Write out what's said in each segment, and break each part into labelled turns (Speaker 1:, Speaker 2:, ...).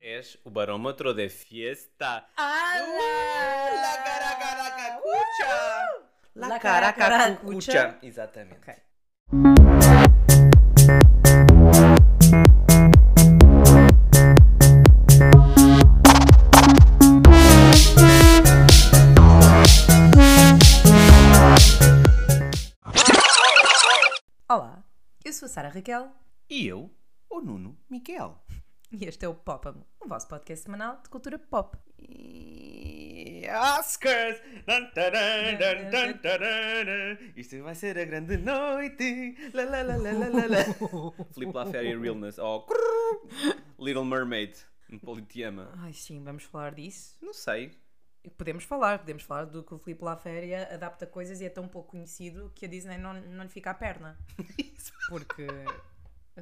Speaker 1: És o barômetro de fiesta. Uh,
Speaker 2: Ah,
Speaker 1: La caracaracacucha!
Speaker 2: La caracaracucha.
Speaker 1: Exatamente.
Speaker 2: Ok. Olá, eu sou a Sara Raquel
Speaker 1: E eu, o Nuno Miquel.
Speaker 2: e este é o Popamo, o vosso podcast semanal de cultura pop.
Speaker 1: E- Oscars! Dun, tadã, dun, dun, tadã. Isto vai ser a grande noite! La, la, la, la, la, la, la. Flip La Fairy Realness. Oh, crrr. Little Mermaid. Um Politeama.
Speaker 2: Ai sim, vamos falar disso?
Speaker 1: Não sei.
Speaker 2: Podemos falar, podemos falar do que o Filipe Laféria adapta coisas e é tão pouco conhecido que a Disney não, não lhe fica a perna. Porque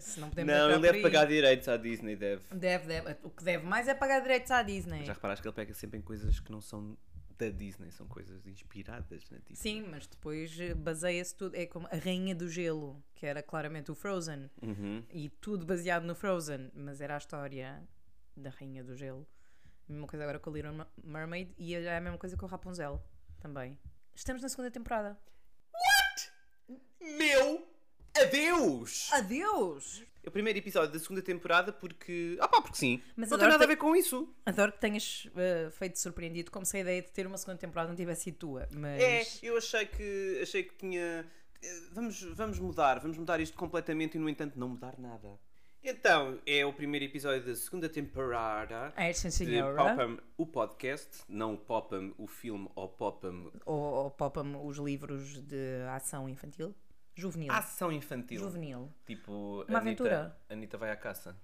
Speaker 2: se não podemos
Speaker 1: Não,
Speaker 2: entrar
Speaker 1: ele deve
Speaker 2: por aí-
Speaker 1: pagar direitos à Disney, deve.
Speaker 2: Deve, deve. O que deve mais é pagar direitos à Disney.
Speaker 1: Já reparaste que ele pega sempre em coisas que não são da Disney, são coisas inspiradas na Disney.
Speaker 2: Sim, mas depois eh, baseia-se tudo. É como a Rainha do Gelo, que era claramente o Frozen.
Speaker 1: Uhum.
Speaker 2: E tudo baseado no Frozen, mas era a história da Rainha do Gelo. A mesma coisa agora com a Little Mer- Mermaid e é a mesma coisa com o Rapunzel também. Estamos na segunda temporada.
Speaker 1: Meu adeus!
Speaker 2: Adeus!
Speaker 1: É o primeiro episódio da segunda temporada porque. Ah pá, porque sim.
Speaker 2: Mas
Speaker 1: não
Speaker 2: agora
Speaker 1: tem nada a
Speaker 2: tem-
Speaker 1: ver com isso.
Speaker 2: Adoro que tenhas eh, feito surpreendido, como se a ideia de ter uma segunda temporada não tivesse sido tua, mas.
Speaker 1: É, eu achei que achei que tinha. eh, Vamos, vamos mudar, vamos mudar isto completamente e no entanto não mudar nada. Então, é o primeiro episódio da segunda temporada
Speaker 2: É, sim,
Speaker 1: de
Speaker 2: senhora.
Speaker 1: Popam, o podcast, não o Popam, o filme ou Popam,
Speaker 2: Ou, ou popa-me os livros de ação infantil? Juvenil.
Speaker 1: ação infantil.
Speaker 2: É. Juvenil.
Speaker 1: Tipo,
Speaker 2: Uma
Speaker 1: Anitta-
Speaker 2: aventura.
Speaker 1: Anitta vai à caça.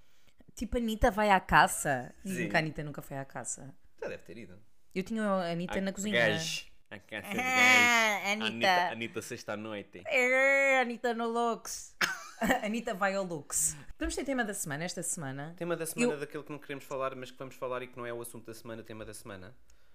Speaker 2: Tipo, a Anitta vai à caça.
Speaker 1: Sim.
Speaker 2: Dizem que a Anitta nunca foi à caça.
Speaker 1: Já deve ter ido.
Speaker 2: Eu tinha a Anitta na cozinha.
Speaker 1: A caça de gajos.
Speaker 2: Ah,
Speaker 1: Anitta,
Speaker 2: Anitta.
Speaker 1: Anitta sexta-noite.
Speaker 2: Ah, Anitta no Lux. Anitta vai ao Lux. Vamos ter tema da semana esta semana.
Speaker 1: Tema da semana
Speaker 2: Eu-
Speaker 1: daquele que não queremos falar, mas que vamos falar e que não é o assunto da semana, tema da semana.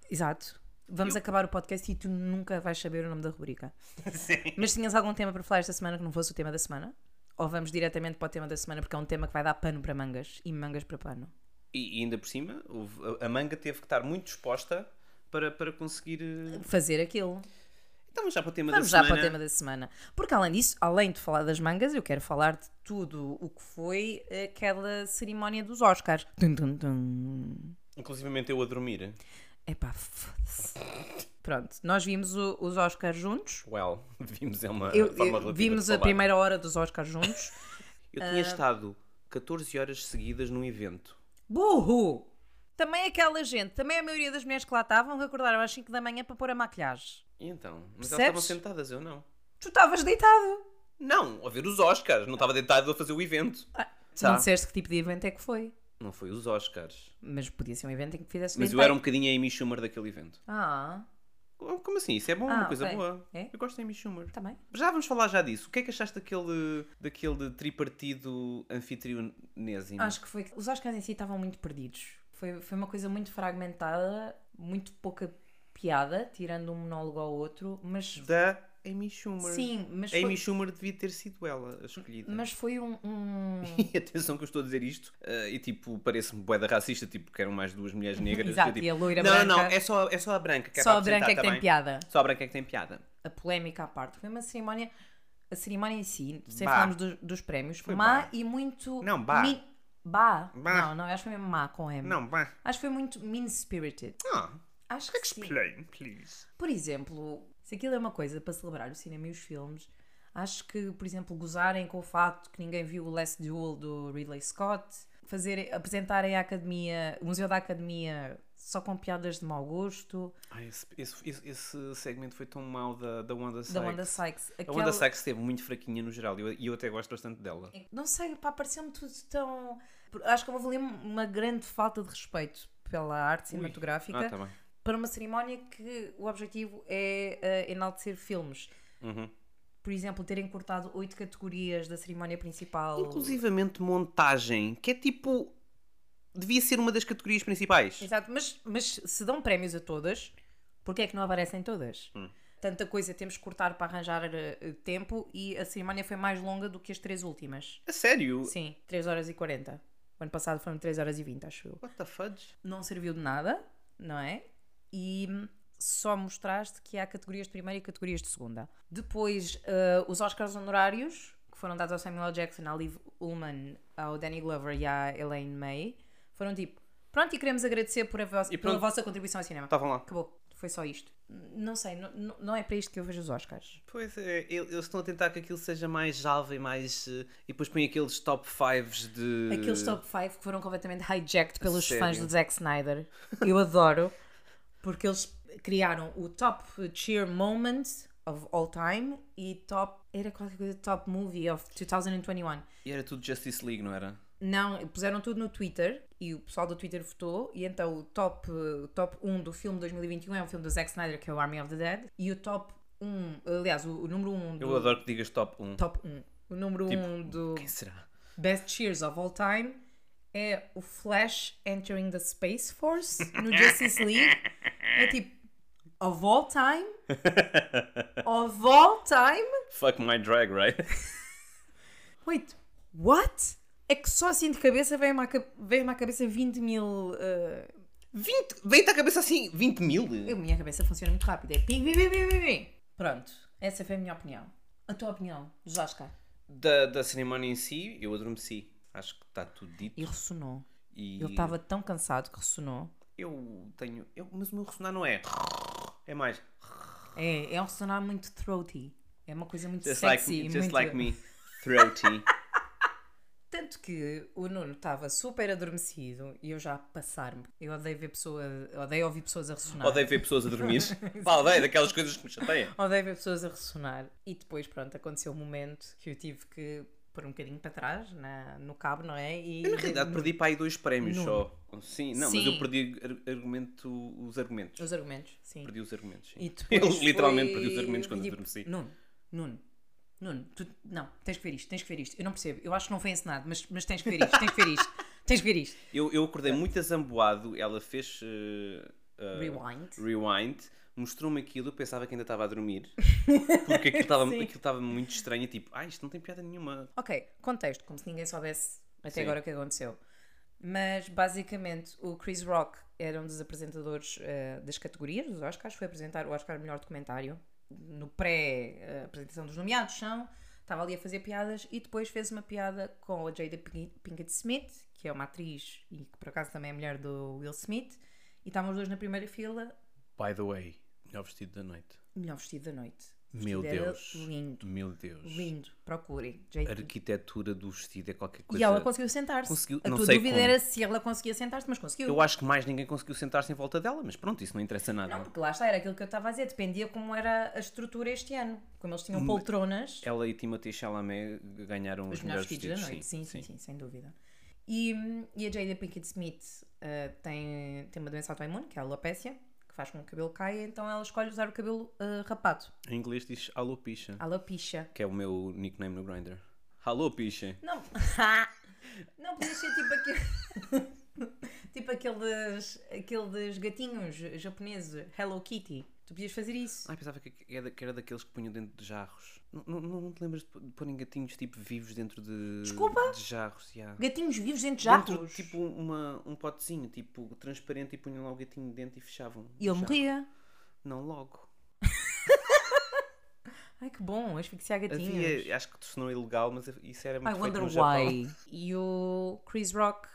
Speaker 2: Exato. Vamos acabar o podcast e tu nunca vais saber o nome da rubrica.
Speaker 1: Sim.
Speaker 2: Mas tinhas algum tema para falar esta semana que não fosse o tema da semana? Ou vamos diretamente para o tema da semana porque é um tema que vai dar pano para mangas e mangas para pano?
Speaker 1: E, e ainda por cima, houve- a- a manga teve que estar muito disposta para, para conseguir. eh,
Speaker 2: Fazer aquilo.
Speaker 1: Então vamos já para o tema
Speaker 2: Vamos
Speaker 1: da
Speaker 2: já
Speaker 1: semana.
Speaker 2: para o tema da semana. Porque além disso, além de falar das mangas, eu quero falar de tudo o que foi aquela cerimónia dos Oscars. Tum, tum, tum.
Speaker 1: Inclusivamente eu a dormir.
Speaker 2: Epá, foda-se. Pronto, nós vimos o- os Oscars juntos.
Speaker 1: Well, vimos é uma
Speaker 2: Eu-
Speaker 1: forma
Speaker 2: eu-
Speaker 1: relativa de
Speaker 2: vimos a Ah.
Speaker 1: falar.
Speaker 2: primeira hora dos Oscars juntos.
Speaker 1: Eu tinha estado 14 horas seguidas num evento.
Speaker 2: Burro! Também aquela gente, também a maioria das mulheres que lá estavam que acordaram às 5 da manhã para pôr a maquilhagem.
Speaker 1: E então? Mas elas
Speaker 2: Percebes?
Speaker 1: estavam sentadas, eu não.
Speaker 2: Tu estavas deitado.
Speaker 1: Não, a ver os Oscars. Não estava deitado a fazer o evento. Tá.
Speaker 2: Não disseste que tipo de evento é que foi.
Speaker 1: Não foi os Oscars.
Speaker 2: Mas podia ser um evento em que fizesse
Speaker 1: Mas
Speaker 2: bem
Speaker 1: eu era um
Speaker 2: feito.
Speaker 1: bocadinho a Amy Schumer daquele evento.
Speaker 2: Ah,
Speaker 1: Oh, Como assim? Isso é bom, é uma
Speaker 2: Ah,
Speaker 1: coisa
Speaker 2: ok.
Speaker 1: boa.
Speaker 2: É?
Speaker 1: Eu gosto da Amy Schumer.
Speaker 2: está bem.
Speaker 1: Já vamos falar já disso. O que é que achaste daquele, daquele tripartido anfitrionésimo?
Speaker 2: Acho que foi. Os Oscars em si estavam muito perdidos. Foi, foi uma coisa muito fragmentada, muito pouca piada, tirando um monólogo ao outro, mas.
Speaker 1: Da Amy Schumer.
Speaker 2: Sim, mas
Speaker 1: A
Speaker 2: foi,
Speaker 1: Amy Schumer devia ter sido ela a escolhida.
Speaker 2: mas foi um- um...
Speaker 1: E atenção que eu estou a dizer isto eh, e tipo, parece-me boeda racista, tipo, que eram mais duas mulheres negras.
Speaker 2: Exato,
Speaker 1: eu, tipo,
Speaker 2: e a loira
Speaker 1: não,
Speaker 2: branca.
Speaker 1: não, não, é só, é só a branca que é
Speaker 2: Só
Speaker 1: para
Speaker 2: a branca
Speaker 1: apresentar,
Speaker 2: é que
Speaker 1: tá
Speaker 2: tem
Speaker 1: bem?
Speaker 2: piada.
Speaker 1: Só a branca é que tem piada.
Speaker 2: A polémica à parte. Foi uma cerimónia. A cerimónia em si, sem
Speaker 1: Bah.
Speaker 2: falarmos dos, dos prémios,
Speaker 1: Foi
Speaker 2: má
Speaker 1: bah.
Speaker 2: e muito.
Speaker 1: Não, bah.
Speaker 2: Bah.
Speaker 1: Bah.
Speaker 2: Não, não, acho que foi mesmo má com M.
Speaker 1: Não, vá.
Speaker 2: Acho que foi muito mean spirited.
Speaker 1: Ah,
Speaker 2: Acho que sim.
Speaker 1: explain, please.
Speaker 2: Por exemplo, se aquilo é uma coisa para celebrar o cinema e os filmes, acho que, por exemplo, gozarem com o facto que ninguém viu o Last Duel do Ridley Scott, fazer, apresentarem a academia, o Museu da Academia só com piadas de mau gosto,
Speaker 1: Ai, esse, esse, esse- esse segmento foi tão mau da, da Wanda Sykes.
Speaker 2: da Wanda Sykes.
Speaker 1: A Wanda Sykes esteve muito fraquinha no geral e eu, e eu até gosto bastante dela.
Speaker 2: Não sei, pá, pareceu-me tudo tão. Acho que houve ali uma grande falta de respeito pela arte cinematográfica
Speaker 1: Ah, tá bem.
Speaker 2: para uma cerimónia que o objetivo é eh, enaltecer filmes.
Speaker 1: Uhum.
Speaker 2: Por exemplo, terem cortado oito categorias da cerimónia principal.
Speaker 1: Inclusivamente montagem, que é tipo. Devia ser uma das categorias principais.
Speaker 2: Exato, mas, mas se dão prémios a todas, porquê é que não aparecem todas?
Speaker 1: Hum.
Speaker 2: Tanta coisa temos que cortar para arranjar eh, tempo e a cerimónia foi mais longa do que as três últimas.
Speaker 1: A sério?
Speaker 2: Sim, 3 horas e 40. O ano passado foram 3 horas e 20, acho eu.
Speaker 1: What the fudge?
Speaker 2: Não serviu de nada, não é? E só mostraste que há categorias de primeira e categorias de segunda. Depois, eh, os Oscars honorários, que foram dados ao Samuel L. Jackson, à Liv Ullman, ao Danny Glover e à Elaine May, foram tipo, pronto, e queremos agradecer por a vos-
Speaker 1: E
Speaker 2: pela
Speaker 1: pronto. Tá.
Speaker 2: vossa contribuição ao cinema.
Speaker 1: Estavam lá.
Speaker 2: Acabou. Foi só isto. N- Não sei, n- n- não é para isto que eu vejo os Oscars.
Speaker 1: Pois é, ele- eles estão a tentar que aquilo seja mais jovem, mais. eh, E depois põem aqueles top 5 de.
Speaker 2: Aqueles top 5 que foram completamente hijacked pelos
Speaker 1: Eh, sério?
Speaker 2: fãs do Zack Snyder. Eu adoro, porque eles criaram o top cheer moment of all time e top. Era qualquer coisa, top movie of 2021.
Speaker 1: E era tudo Justice League, não era?
Speaker 2: Não, puseram tudo no Twitter e o pessoal do Twitter votou. E então o top, o top 1 do filme 2021 é um filme do Zack Snyder que é o Army of the Dead. E o top 1, aliás, o, o número 1 do
Speaker 1: Eu adoro que digas top 1.
Speaker 2: Uhum. top 1. O número
Speaker 1: Tipo,
Speaker 2: 1 do
Speaker 1: Quem será?
Speaker 2: Best Cheers of All Time é o Flash entering the Space Force no Justice League. É tipo, of all time? Of all time?
Speaker 1: Fuck my drag, right?
Speaker 2: Wait, what? É que só assim de cabeça veio-me à, ca- veio-me à cabeça 20 mil. eh,
Speaker 1: 20! Vem-te à cabeça assim, 20 mil?
Speaker 2: A minha cabeça funciona muito rápido. É pim, pim, pim, pim, pim, pim. Pronto, essa foi a minha opinião. A tua opinião, dos Oscar.
Speaker 1: Da, da cerimónia em si, eu adormeci. Acho que está tudo dito.
Speaker 2: E ressonou.
Speaker 1: E
Speaker 2: Ele estava tão cansado que ressonou.
Speaker 1: Eu tenho. eu- mas o meu ressonar não é. É mais.
Speaker 2: É, é um sonar muito throaty. É uma coisa muito
Speaker 1: Just like,
Speaker 2: sexy.
Speaker 1: me-
Speaker 2: e
Speaker 1: just
Speaker 2: muito...
Speaker 1: like me. Throaty.
Speaker 2: Tanto que o Nuno estava super adormecido e eu já a passar-me. Eu odeio ver pessoa, odeio ouvir pessoas a ressonar.
Speaker 1: Odeio ver pessoas a dormir. Pá, odeio daquelas coisas que me chateiam.
Speaker 2: Odeio ver pessoas a ressonar. E depois, pronto, aconteceu o momento que eu tive que pôr um bocadinho para trás na, no cabo, não é? E
Speaker 1: Eu, na realidade, perdi para aí dois prémios
Speaker 2: Nuno.
Speaker 1: só. Sim, não, mas
Speaker 2: Sim.
Speaker 1: eu perdi ar- argumento, os argumentos.
Speaker 2: os argumentos, sim.
Speaker 1: Perdi os argumentos. Sim.
Speaker 2: E depois
Speaker 1: eu literalmente
Speaker 2: foi-
Speaker 1: perdi os argumentos quando
Speaker 2: foi tipo,
Speaker 1: adormeci.
Speaker 2: Nuno, Nuno, Nuno, tu, não, tens que ver isto, tens que ver isto. Eu não percebo, eu acho que não foi ensinado, mas, mas tens que ver isto, tens que ver isto, tens que ver isto.
Speaker 1: Eu, eu acordei muito azamboado, ela fez eh, eh,
Speaker 2: Rewind.
Speaker 1: rewind, mostrou-me aquilo, eu pensava que ainda estava a dormir, porque aquilo estava-
Speaker 2: Sim.
Speaker 1: aquilo estava muito estranho, e tipo, ah, isto não tem piada nenhuma.
Speaker 2: Ok, contexto, como se ninguém soubesse até
Speaker 1: Sim.
Speaker 2: agora o que aconteceu. Mas basicamente o Chris Rock era um dos apresentadores eh, das categorias dos Oscars, foi apresentar o Oscar Melhor Documentário no pré-apresentação dos nomeados, são, estava ali a fazer piadas e depois fez uma piada com a Jada Pink- Pinkett Smith, que é uma atriz e que por acaso também é a mulher do Will Smith, e estavam os dois na primeira fila,
Speaker 1: By the way, melhor vestido da noite.
Speaker 2: melhor vestido da noite. O
Speaker 1: Meu
Speaker 2: vestido era
Speaker 1: Deus.
Speaker 2: Lindo,
Speaker 1: Meu Deus.
Speaker 2: lindo, procurem.
Speaker 1: A
Speaker 2: Jada
Speaker 1: arquitetura do vestido é qualquer
Speaker 2: E
Speaker 1: coisa.
Speaker 2: ela conseguiu sentar-se.
Speaker 1: Conseguiu,
Speaker 2: A
Speaker 1: não
Speaker 2: tua
Speaker 1: sei
Speaker 2: dúvida
Speaker 1: como.
Speaker 2: era se ela conseguia sentar-se, mas conseguiu.
Speaker 1: Eu acho que mais ninguém conseguiu sentar-se em volta dela, mas pronto, isso não interessa nada.
Speaker 2: Não, porque lá está, era aquilo que eu estava a dizer. Dependia como era a estrutura este ano. Como eles
Speaker 1: Hum,
Speaker 2: tinham poltronas,
Speaker 1: Ela e Timothée Chalamet ganharam os,
Speaker 2: os melhores vestidos da
Speaker 1: sim,
Speaker 2: noite. Sim, sim, sim, sem dúvida. E, hum, e a Jada Pinkett Smith ah, tem, tem uma doença autoimune, que é a alopécia, que faz com que o cabelo caia, então ela escolhe usar o cabelo ah, rapado.
Speaker 1: Em inglês diz alopecia,
Speaker 2: Alopecia.
Speaker 1: que é o meu nickname no Grindr. Alopecia.
Speaker 2: Não. não podia ser tipo aquele. tipo aqueles, aqueles gatinhos japoneses, Hello Kitty. Tu podias fazer isso.
Speaker 1: Ai, pensava que era, que era daqueles que punham dentro de jarros. Não, não, não te lembras de pô- de porem gatinhos tipo vivos dentro de,
Speaker 2: Desculpa?
Speaker 1: de jarros? já.
Speaker 2: Gatinhos vivos dentro de
Speaker 1: Dentro,
Speaker 2: jarros.
Speaker 1: tipo uma, um potezinho, tipo transparente, e punham lá o gatinho dentro e fechavam.
Speaker 2: E ele
Speaker 1: Já.
Speaker 2: morria.
Speaker 1: Não logo.
Speaker 2: Ai que bom, asfixiar gatinhos.
Speaker 1: Havia, acho que tornou ilegal, mas isso era
Speaker 2: I
Speaker 1: muito feito
Speaker 2: wonder
Speaker 1: no Japão.
Speaker 2: why. E o Chris Rock.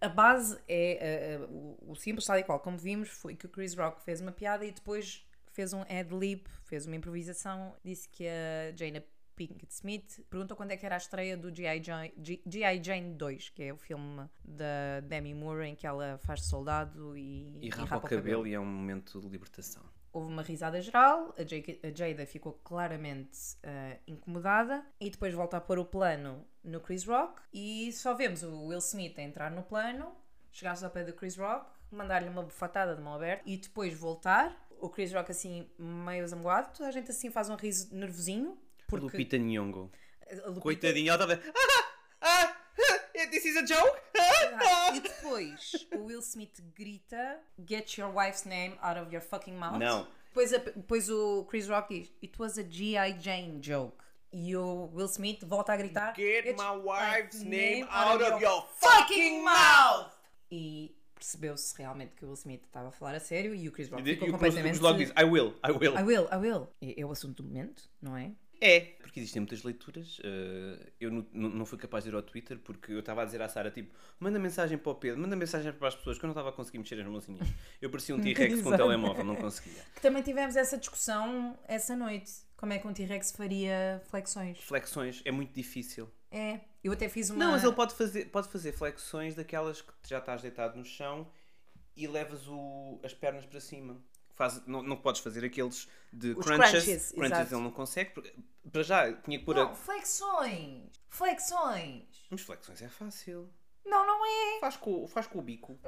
Speaker 2: A base é. a- a- o, o simples, tal e qual, como vimos, foi que o Chris Rock fez uma piada e depois fez um ad-lib, fez uma improvisação. Disse que a Jane Pinkett Smith perguntou quando é que era a estreia do G.I. Jane, G- G.I. Jane 2, que é o filme da Demi Moore em que ela faz de soldado e,
Speaker 1: E rapa o cabelo e é um momento de libertação.
Speaker 2: Houve uma risada geral, a Jake- a Jada ficou claramente ah, incomodada e depois volta a pôr o plano no Chris Rock e só vemos o Will Smith a entrar no plano, chegar ao pé do Chris Rock, mandar-lhe uma bufatada de mão aberta e depois voltar. O Chris Rock assim meio zanguado, toda a gente assim faz um riso nervosinho. Porque
Speaker 1: Lupita Nyong'o.
Speaker 2: a Lupita-
Speaker 1: Coitadinha, ela estava... Ah, ah, ah, this is a joke?
Speaker 2: Ah, e depois o Will Smith grita Get your wife's name out of your fucking mouth.
Speaker 1: Não.
Speaker 2: Depois, a- depois o Chris Rock diz It was a G.I. Jane joke. E o Will Smith volta a gritar:
Speaker 1: Get
Speaker 2: "It's
Speaker 1: my
Speaker 2: my
Speaker 1: wife's name out of your
Speaker 2: fucking mouth! E percebeu-se realmente que o Will Smith estava a falar a sério e o Chris
Speaker 1: E
Speaker 2: Rock
Speaker 1: de-
Speaker 2: ficou
Speaker 1: e o Cruz- o Cruz
Speaker 2: completamente.
Speaker 1: logo diz, I will, I will.
Speaker 2: I will, I will. E É o assunto do momento, não é?
Speaker 1: É. Porque existem muitas leituras. eh, eu não, não- não fui capaz de ir ao Twitter porque eu estava a dizer à Sara, tipo, manda mensagem para o Pedro, manda mensagem para as pessoas, que eu não estava a conseguir mexer as mãozinhas. Eu parecia um T-Rex com um
Speaker 2: Exato.
Speaker 1: telemóvel, não conseguia.
Speaker 2: Que também tivemos essa discussão essa noite. Como é que um T-Rex faria flexões?
Speaker 1: Flexões é muito difícil.
Speaker 2: É. Eu até fiz uma.
Speaker 1: Não, mas ele pode fazer, pode fazer flexões daquelas que já estás deitado no chão e levas o- as pernas para cima. Faz- não, não podes fazer aqueles de
Speaker 2: Os
Speaker 1: crunches.
Speaker 2: crunches, exato.
Speaker 1: ele não consegue. porque- para já, tinha que pôr.
Speaker 2: Não,
Speaker 1: A...
Speaker 2: flexões! Flexões!
Speaker 1: Mas flexões é fácil.
Speaker 2: Não, não é.
Speaker 1: Faz com, faz com o bico.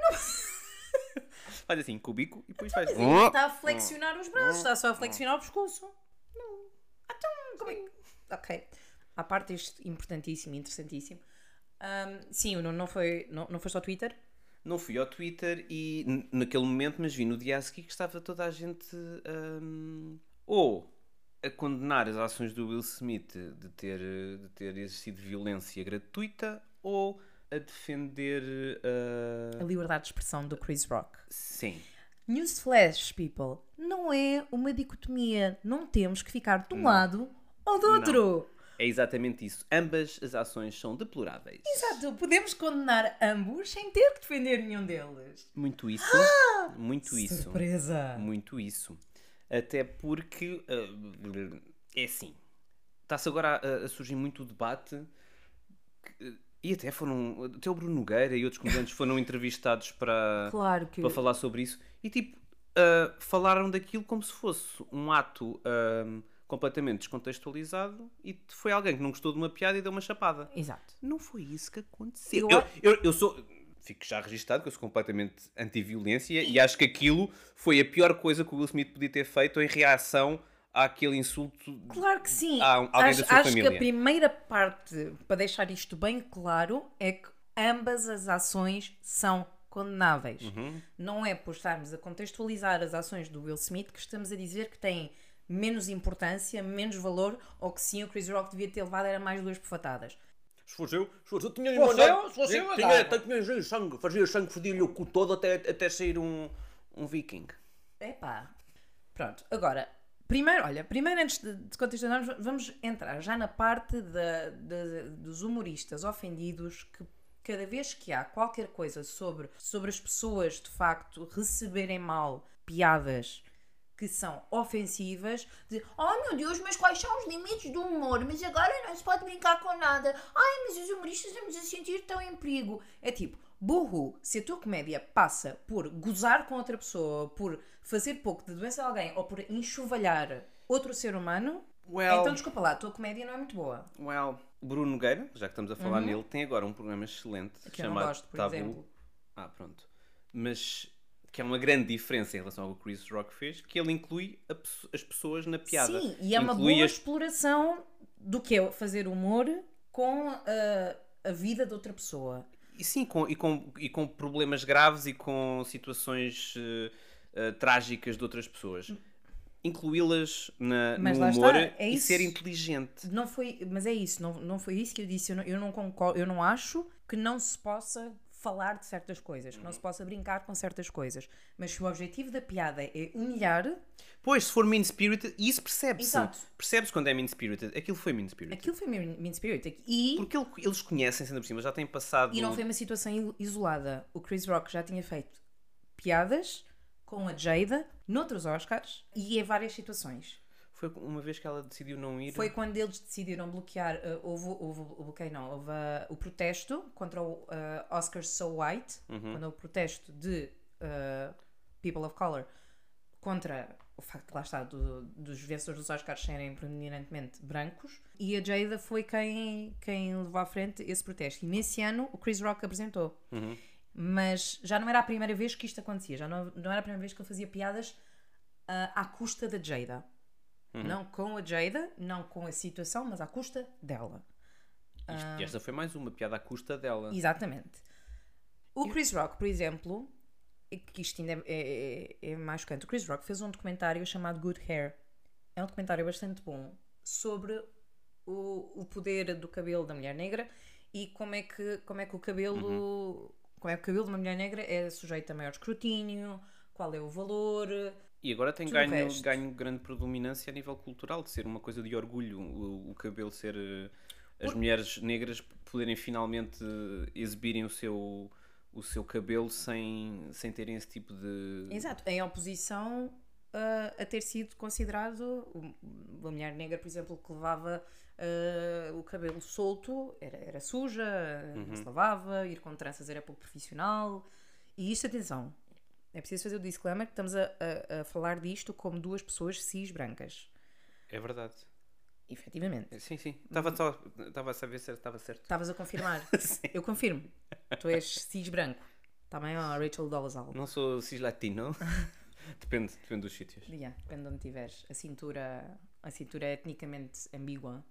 Speaker 1: faz assim, com o bico e depois faz.
Speaker 2: Ele está a flexionar os
Speaker 1: Oh.
Speaker 2: braços, está só a flexionar o pescoço. Não. Ah, Então, como é que. Ok. À parte isto importantíssimo, interessantíssimo. Ahm, sim, o Nuno não foi, não, não foi só Twitter.
Speaker 1: Não fui ao Twitter e n- naquele momento, mas vi no dia a seguir que estava toda a gente hum, ou a condenar as ações do Will Smith de ter, eh, de ter existido violência gratuita ou a defender. eh,
Speaker 2: A liberdade de expressão do Chris Rock.
Speaker 1: Sim.
Speaker 2: Newsflash, people. Não é uma dicotomia. Não temos que ficar de um lado ou do outro.
Speaker 1: É exatamente isso. Ambas as ações são deploráveis.
Speaker 2: Exato. Podemos condenar ambos sem ter que defender nenhum deles.
Speaker 1: Muito isso. Muito isso.
Speaker 2: Surpresa.
Speaker 1: Muito isso. Até porque ah, é assim. Está-se agora a, a surgir muito o debate. que- e até foram. Até o Bruno Nogueira e outros comediantes foram entrevistados para,
Speaker 2: Claro que.
Speaker 1: para falar sobre isso. E tipo, ah, falaram daquilo como se fosse um ato ah, completamente descontextualizado e foi alguém que não gostou de uma piada e deu uma chapada.
Speaker 2: Exato.
Speaker 1: Não foi isso que aconteceu.
Speaker 2: Eu
Speaker 1: Eu, eu, eu sou. Fico já registado que eu sou completamente anti-violência e acho que aquilo foi a pior coisa que o Will Smith podia ter feito em reação àquele insulto. de-
Speaker 2: Claro que sim.
Speaker 1: Há um- alguém
Speaker 2: acho,
Speaker 1: da sua
Speaker 2: acho que
Speaker 1: família.
Speaker 2: a primeira parte, para deixar isto bem claro, é que ambas as ações são condenáveis.
Speaker 1: Uhum.
Speaker 2: Não é por estarmos a contextualizar as ações do Will Smith que estamos a dizer que têm menos importância, menos valor, ou que sim, o Chris Rock devia ter levado era mais duas bufatadas.
Speaker 3: Se fosse eu, se fosse eu, tinha-lhe
Speaker 1: Fosse
Speaker 3: mandado.
Speaker 1: eu, se fosse eu, eu
Speaker 3: tinha,
Speaker 1: dava.
Speaker 3: tinha sangue, fazia sangue, fodia-lhe o cu todo até, até sair um.
Speaker 1: Um viking.
Speaker 2: Epá. Pronto, agora, primeiro, olha, primeiro antes de, de continuarmos, vamos entrar já na parte da- da- dos humoristas ofendidos que cada vez que há qualquer coisa sobre, sobre as pessoas de facto receberem mal piadas que são ofensivas, de oh meu Deus, mas quais são os limites do humor? Mas agora não se pode brincar com nada. Ai, mas os humoristas estamos a sentir tão em perigo. É tipo, burro, se a tua comédia passa por gozar com outra pessoa, por fazer pouco de doença de alguém ou por enxovalhar outro ser humano,
Speaker 1: Well.
Speaker 2: então desculpa lá, a tua comédia não é muito boa.
Speaker 1: Well. Bruno Nogueira, já que estamos a falar nele, tem agora um programa excelente
Speaker 2: Uhum. Que eu não gosto, por
Speaker 1: Tabu.
Speaker 2: exemplo.
Speaker 1: Ah, pronto. Mas que é uma grande diferença em relação ao que o Chris Rock fez, que ele inclui a pesso- as pessoas na piada.
Speaker 2: Sim, e é uma
Speaker 1: Inclui
Speaker 2: boa
Speaker 1: as-
Speaker 2: exploração do que é fazer humor com ah, a vida de outra pessoa.
Speaker 1: E sim, com, e, com, e com problemas graves e com situações eh, eh, trágicas de outras pessoas. Incluí-las na- no
Speaker 2: Mas lá
Speaker 1: humor
Speaker 2: está, é
Speaker 1: e
Speaker 2: isso.
Speaker 1: ser inteligente.
Speaker 2: Não foi, mas é isso, não, não foi isso que eu disse. Eu não, eu não concordo, eu não acho que não se possa falar de certas coisas, que não se possa brincar com certas coisas. Mas se o objetivo da piada é humilhar,
Speaker 1: Pois, se for mean-spirited, e isso percebe-se.
Speaker 2: Exato.
Speaker 1: Percebe-se quando é mean-spirited. Aquilo foi mean-spirited.
Speaker 2: aquilo foi mean mean spirit. E,
Speaker 1: Porque ele- eles conhecem, sendo por cima, já têm passado...
Speaker 2: e não foi uma situação il- isolada. O Chris Rock já tinha feito piadas com a Jada noutros Oscars e em várias situações.
Speaker 1: Foi uma vez que ela decidiu não ir...
Speaker 2: Foi quando eles decidiram bloquear, eh, houve, houve o bloqueio, não, houve ah, o protesto contra o ah, Oscar So White, quando houve o protesto de ah, People of Color contra o facto, lá está, do- dos vencedores dos Oscars serem predominantemente brancos, e a Jada foi quem, quem levou à frente esse protesto. E nesse ano o Chris Rock apresentou. Mas já não era a primeira vez que isto acontecia, já não, não era a primeira vez que ele fazia piadas ah, à custa da Jada. Não com a Jada, não com a situação, mas à custa dela.
Speaker 1: Isto- Esta foi mais uma piada à custa dela.
Speaker 2: Exatamente. O Chris Rock, por exemplo, e que isto ainda é, é- é mais canto, o Chris Rock fez um documentário chamado Good Hair. É um documentário bastante bom sobre o, o poder do cabelo da mulher negra e como é que, como é que o cabelo. Como é que o cabelo de uma mulher negra é sujeito a maior escrutínio, qual é o valor.
Speaker 1: E agora tem
Speaker 2: Tudo o
Speaker 1: ganho,
Speaker 2: resto.
Speaker 1: ganho grande predominância a nível cultural, de ser uma coisa de orgulho, o, o cabelo ser. eh, As mulheres negras poderem finalmente eh, exibirem o seu, o seu cabelo sem, sem terem esse tipo de.
Speaker 2: Exato, em oposição ah, a ter sido considerado um- uma mulher negra, por exemplo, que levava ah, o cabelo solto, era, era suja, não
Speaker 1: Uhum.
Speaker 2: se lavava, ir com tranças era pouco profissional. E isto, atenção, é preciso fazer o disclaimer que estamos a, a- a falar disto como duas pessoas cis brancas.
Speaker 1: É verdade.
Speaker 2: Efetivamente.
Speaker 1: É, Sim, sim.
Speaker 2: Uhum.
Speaker 1: Estava só- estava a saber se estava certo.
Speaker 2: Estavas a confirmar.
Speaker 1: Sim.
Speaker 2: Eu confirmo. Tu és cis branco. Também a Rachel Dolezal.
Speaker 1: Não sou cis-latino. depende, depende dos sítios.
Speaker 2: Yeah, depende de onde tiveres. A cintura, a cintura é etnicamente ambígua,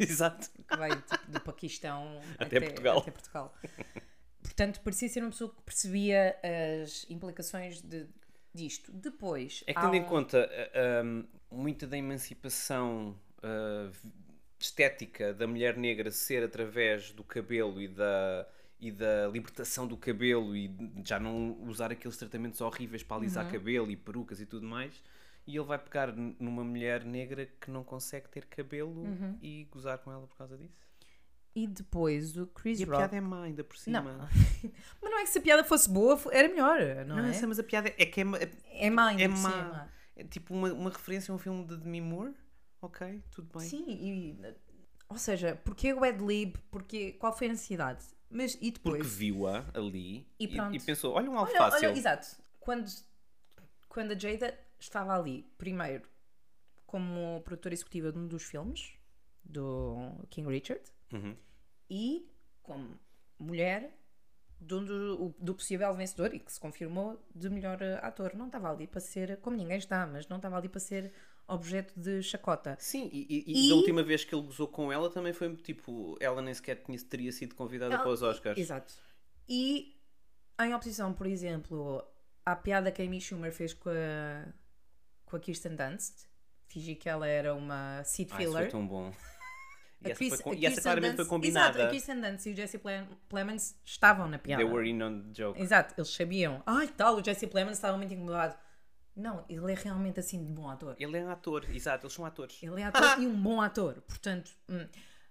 Speaker 1: Exato.
Speaker 2: que vai tipo, do Paquistão
Speaker 1: Até Portugal.
Speaker 2: até Portugal. Portanto, parecia ser uma pessoa que percebia as implicações de, disto. Depois,
Speaker 1: É que
Speaker 2: há
Speaker 1: tendo em
Speaker 2: um-
Speaker 1: conta ah, ahm, muita da emancipação ah, vi- estética da mulher negra ser através do cabelo e da, e da libertação do cabelo e de já não usar aqueles tratamentos horríveis para
Speaker 2: Uhum.
Speaker 1: alisar cabelo e perucas e tudo mais, e ele vai pegar n- numa mulher negra que não consegue ter cabelo
Speaker 2: Uhum.
Speaker 1: e gozar com ela por causa disso.
Speaker 2: E depois o Chris
Speaker 1: E a
Speaker 2: Rock.
Speaker 1: piada é má ainda por cima.
Speaker 2: Não. Mas não é que se a piada fosse boa, fo- era melhor, não,
Speaker 1: Não,
Speaker 2: é?
Speaker 1: essa- mas a piada é que é, ma-
Speaker 2: É má ainda
Speaker 1: é
Speaker 2: por
Speaker 1: má.
Speaker 2: cima.
Speaker 1: é tipo uma, uma referência a um filme de Demi Moore. Ok, tudo bem.
Speaker 2: Sim, e... Ou seja, porquê o Ed Lib? Porquê... Qual foi a necessidade? Mas, e
Speaker 1: Porque
Speaker 2: depois...
Speaker 1: viu-a ali
Speaker 2: E
Speaker 1: e,
Speaker 2: pronto.
Speaker 1: e pensou: olha um
Speaker 2: Olha,
Speaker 1: alface.
Speaker 2: olha,
Speaker 1: ele-
Speaker 2: exato. Quando, quando a Jada estava ali, primeiro, como produtora executiva de um dos filmes do King Richard
Speaker 1: Uhum.
Speaker 2: e como mulher de um do, o- do possível vencedor e que se confirmou de melhor eh, ator. Não estava ali para ser, como ninguém está, mas não estava ali para ser objeto de chacota.
Speaker 1: Sim, e, e- e
Speaker 2: E-
Speaker 1: da última vez que ele gozou com ela também foi tipo: ela nem sequer tinha- teria sido convidada
Speaker 2: Ela-
Speaker 1: para os Oscars.
Speaker 2: Exato. E em oposição, por exemplo, à piada que a Amy Schumer fez com a, com a Kirsten Dunst, fingir que ela era uma seat
Speaker 1: Ah, isso
Speaker 2: filler.
Speaker 1: foi tão bom. E essa,
Speaker 2: Chris-
Speaker 1: foi, com-
Speaker 2: a
Speaker 1: e essa
Speaker 2: Kirsten
Speaker 1: claramente foi
Speaker 2: Dunst-
Speaker 1: combinada.
Speaker 2: Exato, a Kirsten Dunst e o Jesse Plem- Plemons estavam na piada.
Speaker 1: They were in on the joke.
Speaker 2: Exato, eles sabiam. Ai, tal, o Jesse Plemons estava muito incomodado. Não, ele é realmente assim de bom ator.
Speaker 1: Ele é um ator, exato, eles são atores.
Speaker 2: Ele é ator e um bom ator, portanto. hum.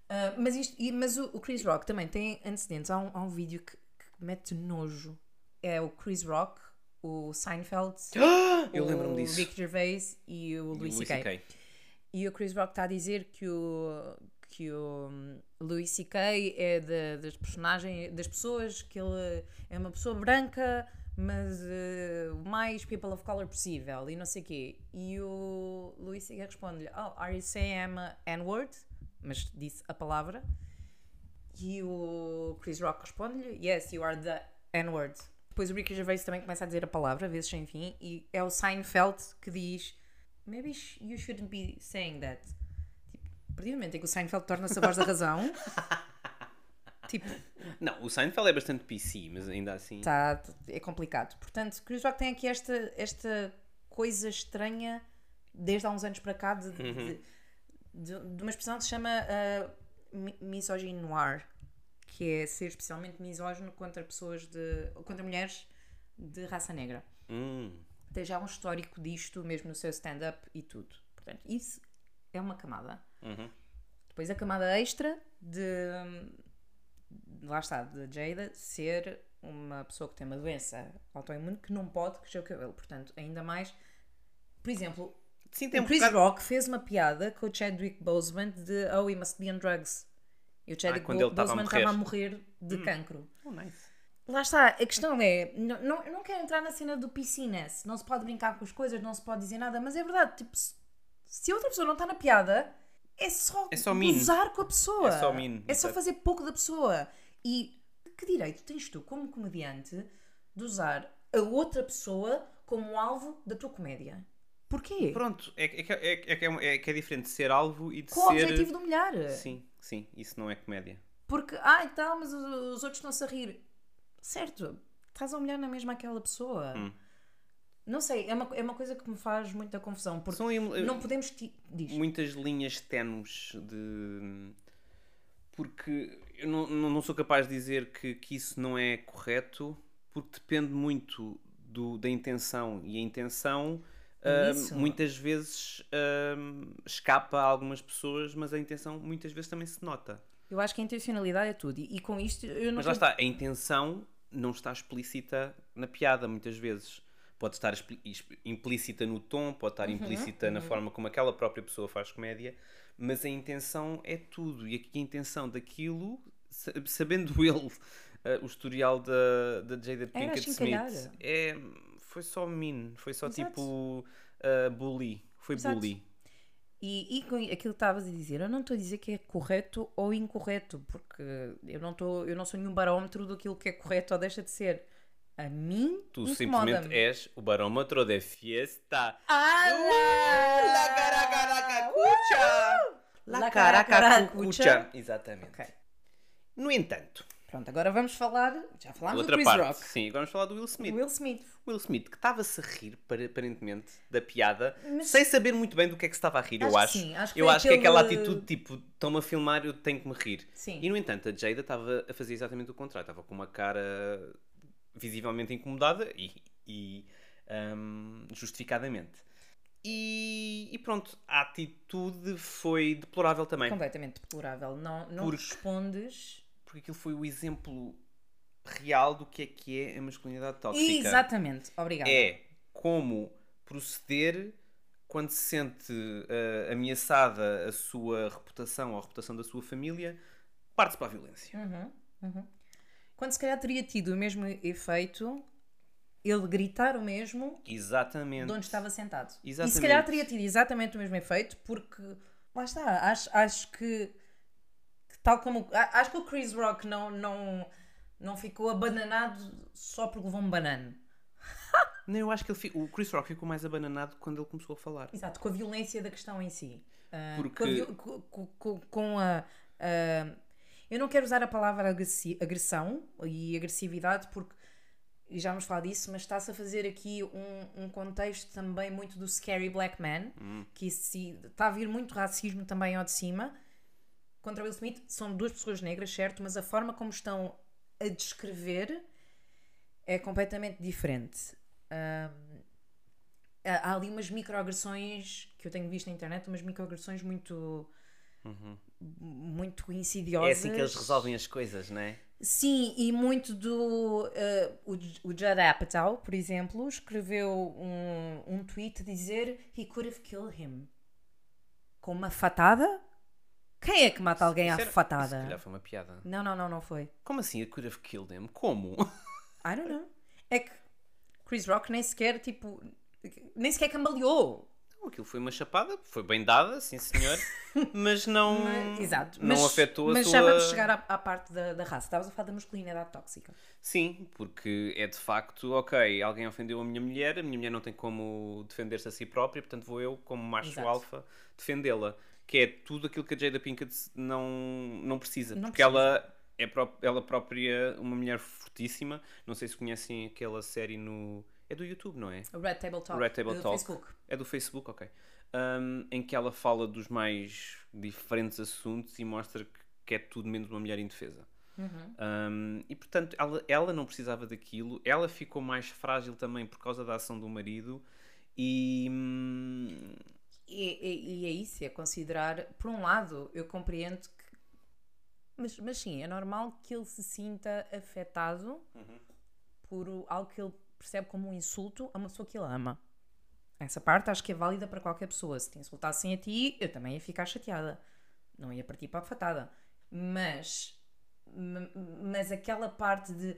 Speaker 2: Ah, mas isto, e- mas o, o Chris Rock também tem antecedentes. Há um, há um vídeo que, que mete nojo. É o Chris Rock, o Seinfeld,
Speaker 1: Eu lembro-me
Speaker 2: o
Speaker 1: disso.
Speaker 2: Rick Gervais e o
Speaker 1: E o
Speaker 2: Louis
Speaker 1: Louis
Speaker 2: C.K.
Speaker 1: CK.
Speaker 2: E o Chris Rock está a dizer que o, que o hum, Louis C.K. é da- das personagens, das pessoas, que ele é uma pessoa branca, mas eh, o mais people of color possível e não sei o quê. E o Louis C.K. responde-lhe: Oh, are you saying I'm a N-word? Mas disse a palavra. E o Chris Rock responde-lhe: Yes, you are the N-word. Depois o Ricky Gervais também começa a dizer a palavra, vezes sem fim, e é o Seinfeld que diz: Maybe sh- you shouldn't be saying that. Tipo, a partir do momento em que o Seinfeld torna-se a voz da razão, tipo,
Speaker 1: Não, o Seinfeld é bastante PC, mas ainda assim.
Speaker 2: tá, é complicado. Portanto, Chris Rock tem aqui esta, esta coisa estranha desde há uns anos para cá de, de- de- de uma expressão que se chama uh, mi- misogynoir, que é ser especialmente misógino contra pessoas de. contra mulheres de raça negra.
Speaker 1: Hum,
Speaker 2: Tem já um histórico disto mesmo no seu stand-up e tudo. Portanto, isso é uma camada.
Speaker 1: uhum.
Speaker 2: Depois a camada extra de. Lá está, de Jada ser uma pessoa que tem uma doença autoimune que não pode crescer o cabelo. Portanto, ainda mais. Por exemplo,
Speaker 1: Sim, tem
Speaker 2: o
Speaker 1: um
Speaker 2: Chris
Speaker 1: bocado.
Speaker 2: Rock fez uma piada com o Chadwick Boseman de Oh, he must be on drugs. E o Chadwick
Speaker 1: Ah, quando
Speaker 2: Bo-
Speaker 1: ele estava a
Speaker 2: Boseman
Speaker 1: morrer.
Speaker 2: estava a morrer de cancro.
Speaker 1: Oh, nice.
Speaker 2: Lá está, a questão é, não, não, eu não quero entrar na cena do piscinas, não se pode brincar com as coisas, não se pode dizer nada, mas é verdade, tipo, se, se a outra pessoa não está na piada, é só,
Speaker 1: É só mean.
Speaker 2: usar com a pessoa.
Speaker 1: É só mean,
Speaker 2: É só
Speaker 1: exato.
Speaker 2: fazer pouco da pessoa. E que direito tens tu, como comediante, de usar a outra pessoa como alvo da tua comédia? Porquê?
Speaker 1: Pronto, é, que- é, que- é, que- é, que é, é que é diferente de ser alvo e de
Speaker 2: com o
Speaker 1: ser.
Speaker 2: objetivo de humilhar.
Speaker 1: Sim, sim, isso não é comédia.
Speaker 2: Porque, ah, e tal, mas
Speaker 1: Hum.
Speaker 2: os os outros estão-se a rir. Certo, estás a humilhar na mesma aquela pessoa. Não sei, é uma, é uma coisa que me faz muita confusão, porque
Speaker 1: São eh, emo-
Speaker 2: não podemos. Ti... Diz.
Speaker 1: muitas linhas ténues de. Porque eu não, não não sou capaz de dizer que, que isso não é correto, porque depende muito do, da intenção. E a intenção
Speaker 2: É
Speaker 1: ah,
Speaker 2: isso.
Speaker 1: muitas vezes ah, escapa a algumas pessoas, mas a intenção muitas vezes também se nota.
Speaker 2: Eu acho que a intencionalidade é tudo, e, e com isto eu não.
Speaker 1: Mas lá
Speaker 2: tenho-
Speaker 1: está, a intenção não está explícita na piada, muitas vezes. Pode estar expli- exp- implícita no tom, pode
Speaker 2: Uhum,
Speaker 1: estar implícita na forma como aquela própria pessoa faz comédia, mas a intenção é tudo. E aqui a intenção daquilo, sa- sabendo ele eh, o historial da, da Jada
Speaker 2: Era
Speaker 1: Pinkett
Speaker 2: chincalhada.
Speaker 1: Smith, é, foi só mean, foi só
Speaker 2: Exato.
Speaker 1: tipo eh, bully. Foi
Speaker 2: Exato.
Speaker 1: bully.
Speaker 2: E, e com aquilo que estavas a dizer, eu não estou a dizer que é correto ou incorreto, porque eu não, estou, eu não sou nenhum barómetro daquilo que é correto ou deixa de ser. A mim,
Speaker 1: Tu
Speaker 2: incomoda-me.
Speaker 1: simplesmente é Uh, és o barômetro de fiesta.
Speaker 2: Ah,
Speaker 1: Lacaracacucha!
Speaker 2: La La caracucha.
Speaker 1: Exatamente.
Speaker 2: Ok,
Speaker 1: No entanto,
Speaker 2: pronto, agora vamos falar. Já falámos
Speaker 1: outra
Speaker 2: do Chris
Speaker 1: parte.
Speaker 2: Rock.
Speaker 1: Sim, agora vamos falar do Will Smith.
Speaker 2: do Will Smith.
Speaker 1: Will Smith, que estava-se a rir, para- aparentemente, da piada,
Speaker 2: Mas-
Speaker 1: sem saber muito bem do que é que se estava a rir, eu
Speaker 2: Acho
Speaker 1: acho.
Speaker 2: que sim, acho que
Speaker 1: eu
Speaker 2: foi
Speaker 1: acho que é aquela
Speaker 2: aquele-
Speaker 1: atitude tipo, estão-me a filmar, eu tenho que me rir.
Speaker 2: Sim.
Speaker 1: E no entanto, a Jada estava a fazer exatamente o contrário, estava com uma cara visivelmente incomodada e, e, hum, justificadamente. E, e pronto, a atitude foi deplorável também,
Speaker 2: Completamente deplorável. Não, não
Speaker 1: é? Porque-
Speaker 2: respondes.
Speaker 1: porque aquilo foi o exemplo real do que é que é a masculinidade tóxica.
Speaker 2: Exatamente, obrigada.
Speaker 1: É como proceder quando se sente ah, ameaçada a sua reputação ou a reputação da sua família, parte-se para a violência.
Speaker 2: Uhum, uhum. Quando se calhar teria tido o mesmo efeito, ele gritar o mesmo
Speaker 1: Exatamente.
Speaker 2: de onde estava sentado. E
Speaker 1: Exatamente.
Speaker 2: se calhar teria tido exatamente o mesmo efeito, porque lá está, acho, acho que, que tal como a- acho que o Chris Rock não, não, não ficou abananado só porque levou um banano.
Speaker 1: Não, eu acho que ele fi- o Chris Rock ficou mais abananado quando ele começou a falar.
Speaker 2: Exato, com a violência da questão em si. Ah, com, a,
Speaker 1: Porque-
Speaker 2: vi- co- co- co- com a- a- Eu não quero usar a palavra agressi- agressão e agressividade porque. E já vamos falar disso, mas está-se a fazer aqui um, um contexto também muito do Scary Black Man, que se, está a vir muito racismo também ao de cima. Contra Will Smith, são duas pessoas negras, certo? Mas a forma como estão a descrever é completamente diferente. Ahm, há há ali umas microagressões que eu tenho visto na internet, umas microagressões muito muito insidiosas.
Speaker 1: Uhum. É assim que eles resolvem as coisas, não é?
Speaker 2: Sim, e muito do eh, o, o Judd Apatow, por exemplo, escreveu um, um tweet a dizer he could have killed him com uma fatada. Quem é que mata alguém à
Speaker 1: Isso era-
Speaker 2: fatada?
Speaker 1: Se calhar foi uma piada.
Speaker 2: Não, não, não, não foi.
Speaker 1: Como assim? A could have killed him? Como?
Speaker 2: I don't know. É que Chris Rock nem sequer, tipo, nem sequer cambaleou.
Speaker 1: Não, Aquilo foi uma chapada, foi bem dada, sim senhor, mas não,
Speaker 2: Mas- Exato.
Speaker 1: não
Speaker 2: mas,
Speaker 1: afetou a
Speaker 2: Mas
Speaker 1: sua...
Speaker 2: já vamos chegar à, à parte da, da raça. Estavas a falar da masculinidade tóxica.
Speaker 1: Sim, porque é de facto, ok, alguém ofendeu a minha mulher, a minha mulher não tem como defender-se a si própria, portanto vou eu, como macho
Speaker 2: Exato.
Speaker 1: alfa, defendê-la. Que é tudo aquilo que a Jada Pinkett não, não precisa.
Speaker 2: Não
Speaker 1: porque ela é pró- ela própria é uma mulher fortíssima. Não sei se conhecem aquela série no. É do YouTube, não é?
Speaker 2: O Red Table Talk.
Speaker 1: Red Table
Speaker 2: do
Speaker 1: Talk.
Speaker 2: Facebook.
Speaker 1: É do Facebook, ok. Ahm, em que ela fala dos mais diferentes assuntos e mostra que- que é tudo menos uma mulher indefesa.
Speaker 2: Uhum.
Speaker 1: Um, e portanto, ela, ela não precisava daquilo, ela ficou mais frágil também por causa da ação do marido. E hum,
Speaker 2: E, e- e é isso, é considerar. Por um lado, eu compreendo que. Mas, mas sim, é normal que ele se sinta afetado por o- algo que ele percebe como um insulto a uma pessoa que ele ama. Essa parte acho que é válida para qualquer pessoa. Se te insultassem a ti, eu também ia ficar chateada. Não ia partir para a fatada. Mas. m- Mas aquela parte de.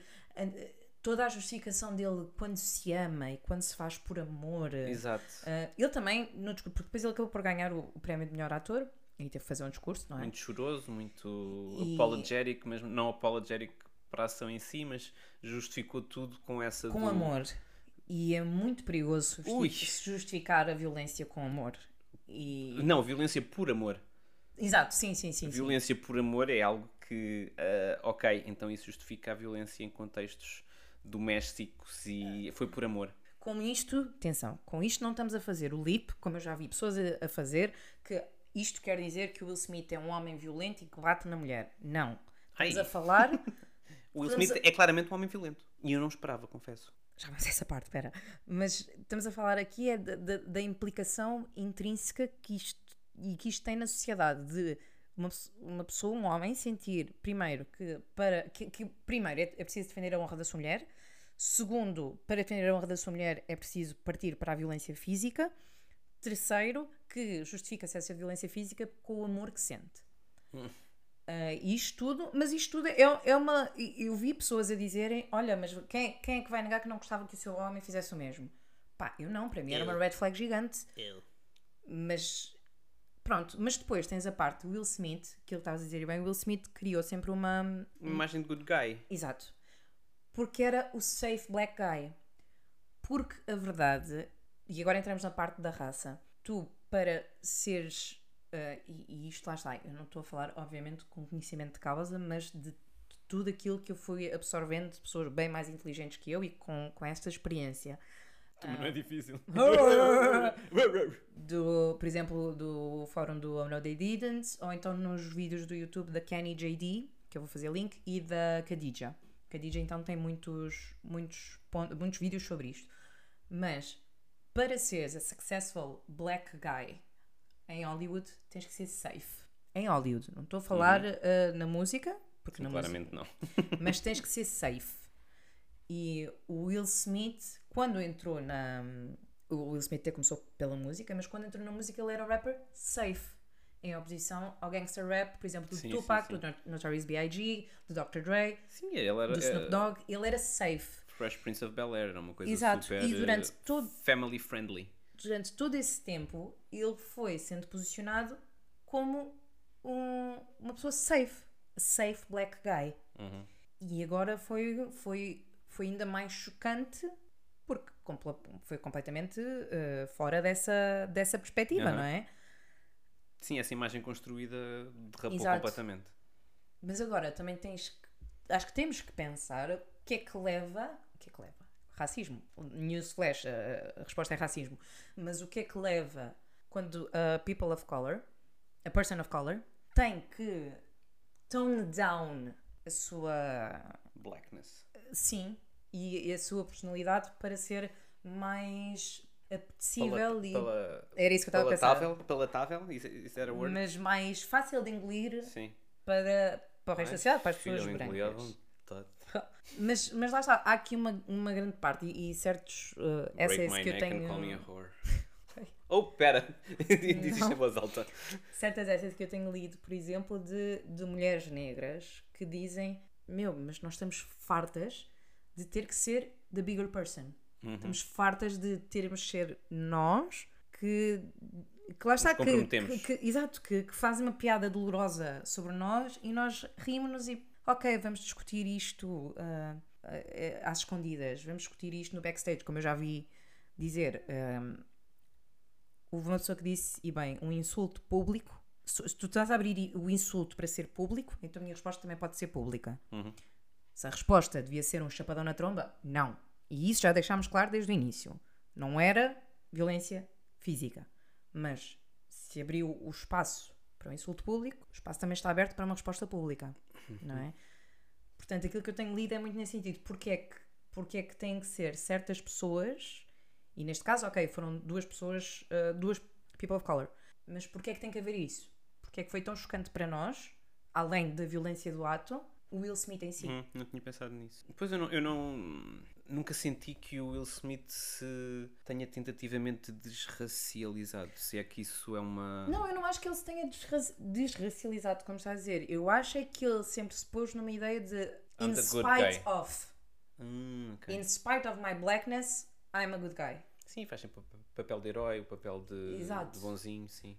Speaker 2: Toda a justificação dele quando se ama e quando se faz por amor.
Speaker 1: exato,
Speaker 2: Ah, ele também, no discurso, porque depois ele acabou por ganhar o, o prémio de melhor ator e teve que fazer um discurso, não é?
Speaker 1: muito choroso, muito
Speaker 2: E-
Speaker 1: apologetic, mas não apologetic para a ação em si, mas justificou tudo com essa.
Speaker 2: Com
Speaker 1: do-
Speaker 2: amor. E é muito perigoso justi-
Speaker 1: Ui.
Speaker 2: se justificar a violência com amor. E...
Speaker 1: Não, violência por amor.
Speaker 2: Exato, sim, sim, sim. sim.
Speaker 1: Violência por amor é algo que, ah, ok, então isso justifica a violência em contextos domésticos e foi por amor.
Speaker 2: Com isto, atenção, com isto não estamos a fazer o leap, como eu já vi pessoas a- a fazer, que isto quer dizer que o Will Smith é um homem violento e que bate na mulher. Não. Estamos
Speaker 1: Ai.
Speaker 2: a falar.
Speaker 1: O Will
Speaker 2: Estamos
Speaker 1: Smith é claramente um homem violento. E eu não esperava, confesso.
Speaker 2: Já vamos a essa parte, espera. Mas estamos a falar aqui é da, da- da implicação intrínseca que isto, e que isto tem na sociedade de uma, pe- uma pessoa, um homem, sentir primeiro que para que, que primeiro é, é preciso defender a honra da sua mulher, segundo, para defender a honra da sua mulher é preciso partir para a violência física, terceiro, que justifica-se essa violência física com o amor que sente. Ah, isto tudo, mas isto tudo é, é uma. Eu vi pessoas a dizerem: olha, mas quem, quem é que vai negar que não gostava que o seu homem fizesse o mesmo? Pá, eu não, para mim era uma red flag gigante. Mas pronto, mas depois tens a parte do Will Smith, que ele estava a dizer e bem, o Will Smith criou sempre uma.
Speaker 1: Uma imagem de good guy.
Speaker 2: Exato. Porque era o safe black guy. Porque a verdade, e agora entramos na parte da raça, tu para seres. eh, e, e isto lá está, eu não estou a falar, obviamente, com conhecimento de causa, mas de t- tudo aquilo que eu fui absorvendo de pessoas bem mais inteligentes que eu e com, com esta experiência.
Speaker 1: Também não é difícil.
Speaker 2: Ah. do, por exemplo, do fórum do Oh No They Didn't, ou então nos vídeos do YouTube da Kenny JD, que eu vou fazer link, e da Khadija. Khadija então tem muitos, muitos, pon- muitos vídeos sobre isto. Mas para seres a successful black guy em Hollywood, tens que ser safe. Em Hollywood, não estou a falar eh, na música, porque na música
Speaker 1: Claramente não.
Speaker 2: mas tens que ser safe. E o Will Smith, quando entrou na. O Will Smith até começou pela música, mas quando entrou na música ele era o rapper safe, em oposição ao gangster rap, por exemplo, do
Speaker 1: Sim, sim,
Speaker 2: Tupac,
Speaker 1: sim.
Speaker 2: do Not- Notorious B.I.G., do Dr. Dre,
Speaker 1: Sim, ele era
Speaker 2: do Snoop
Speaker 1: eh,
Speaker 2: Dogg, ele era safe.
Speaker 1: Fresh Prince of Bel Air, era uma coisa
Speaker 2: Exato,
Speaker 1: super
Speaker 2: e durante
Speaker 1: eh,
Speaker 2: todo-
Speaker 1: family friendly.
Speaker 2: Durante todo esse tempo ele foi sendo posicionado como um- uma pessoa safe, safe black guy.
Speaker 1: Uhum.
Speaker 2: E agora foi, foi, foi ainda mais chocante porque compla- foi completamente eh, fora dessa, dessa perspectiva,
Speaker 1: Aham.
Speaker 2: não é?
Speaker 1: Sim, essa imagem construída derrapou
Speaker 2: Exato.
Speaker 1: completamente.
Speaker 2: Mas agora também tens que, acho que temos que pensar o que é que leva, o que é que leva? Racismo. Newsflash, a, a resposta é racismo. Mas o que é que leva quando a people of color, a person of color, tem que tone down a sua
Speaker 1: Blackness.
Speaker 2: Sim, e a sua personalidade para ser mais apetecível e.
Speaker 1: Pala-
Speaker 2: Era isso que eu estava a pensar.
Speaker 1: palatável, palatável, isso, isso era o word?
Speaker 2: Mas mais fácil de engolir
Speaker 1: Sim.
Speaker 2: para, para o resto da sociedade, para as
Speaker 1: Filho,
Speaker 2: pessoas
Speaker 1: eu engolia à
Speaker 2: brancas.
Speaker 1: vontade.
Speaker 2: Mas, mas lá está, há aqui uma, uma grande parte e, e certos. uh, essa é
Speaker 1: Break
Speaker 2: esse
Speaker 1: my
Speaker 2: que eu
Speaker 1: neck and call me a
Speaker 2: tenho.
Speaker 1: whore. Oh, pera! Diz isto em voz alta.
Speaker 2: Certas essas que eu tenho lido, por exemplo, de, de mulheres negras que dizem: Meu, mas nós estamos fartas de ter que ser the bigger person.
Speaker 1: Uhum.
Speaker 2: Estamos fartas de termos de ser nós que, que lá está, que,
Speaker 1: comprometemos.
Speaker 2: que- que- exato, que, que fazem uma piada dolorosa sobre nós e nós rimos-nos e ok, vamos discutir isto ah, ah, ah, às escondidas, vamos discutir isto no backstage, como eu já vi dizer. ah, houve uma pessoa que disse, e bem, um insulto público. Se se tu estás a abrir o insulto para ser público, então a minha resposta também pode ser pública.
Speaker 1: Uhum.
Speaker 2: Se a resposta devia ser um chapadão na tromba, não. E isso já deixámos claro desde o início. Não era violência física. Mas se abriu o espaço para o insulto público, o espaço também está aberto para uma resposta pública. Não é? Portanto, aquilo que eu tenho lido é muito nesse sentido. Porque é que, porque é que têm que ser certas pessoas, e neste caso, ok, foram duas pessoas, ah, duas people of color, mas porque é que tem que haver isso? Porque é que foi tão chocante para nós, além da violência do ato, o Will Smith em si?
Speaker 1: Hum, não tinha pensado nisso. Depois eu não, eu não- Nunca senti que o Will Smith se tenha tentativamente desracializado. Se é que isso é uma.
Speaker 2: Não, eu não acho que ele se tenha desra- desracializado, como está a dizer. Eu acho é que ele sempre se pôs numa ideia de
Speaker 1: I'm
Speaker 2: in
Speaker 1: the good
Speaker 2: spite
Speaker 1: guy."
Speaker 2: of.
Speaker 1: Hum, ok.
Speaker 2: In spite of my blackness, I'm a good guy.
Speaker 1: Sim, faz sempre o pa- papel de herói, o papel de,
Speaker 2: Exato.
Speaker 1: de bonzinho, sim.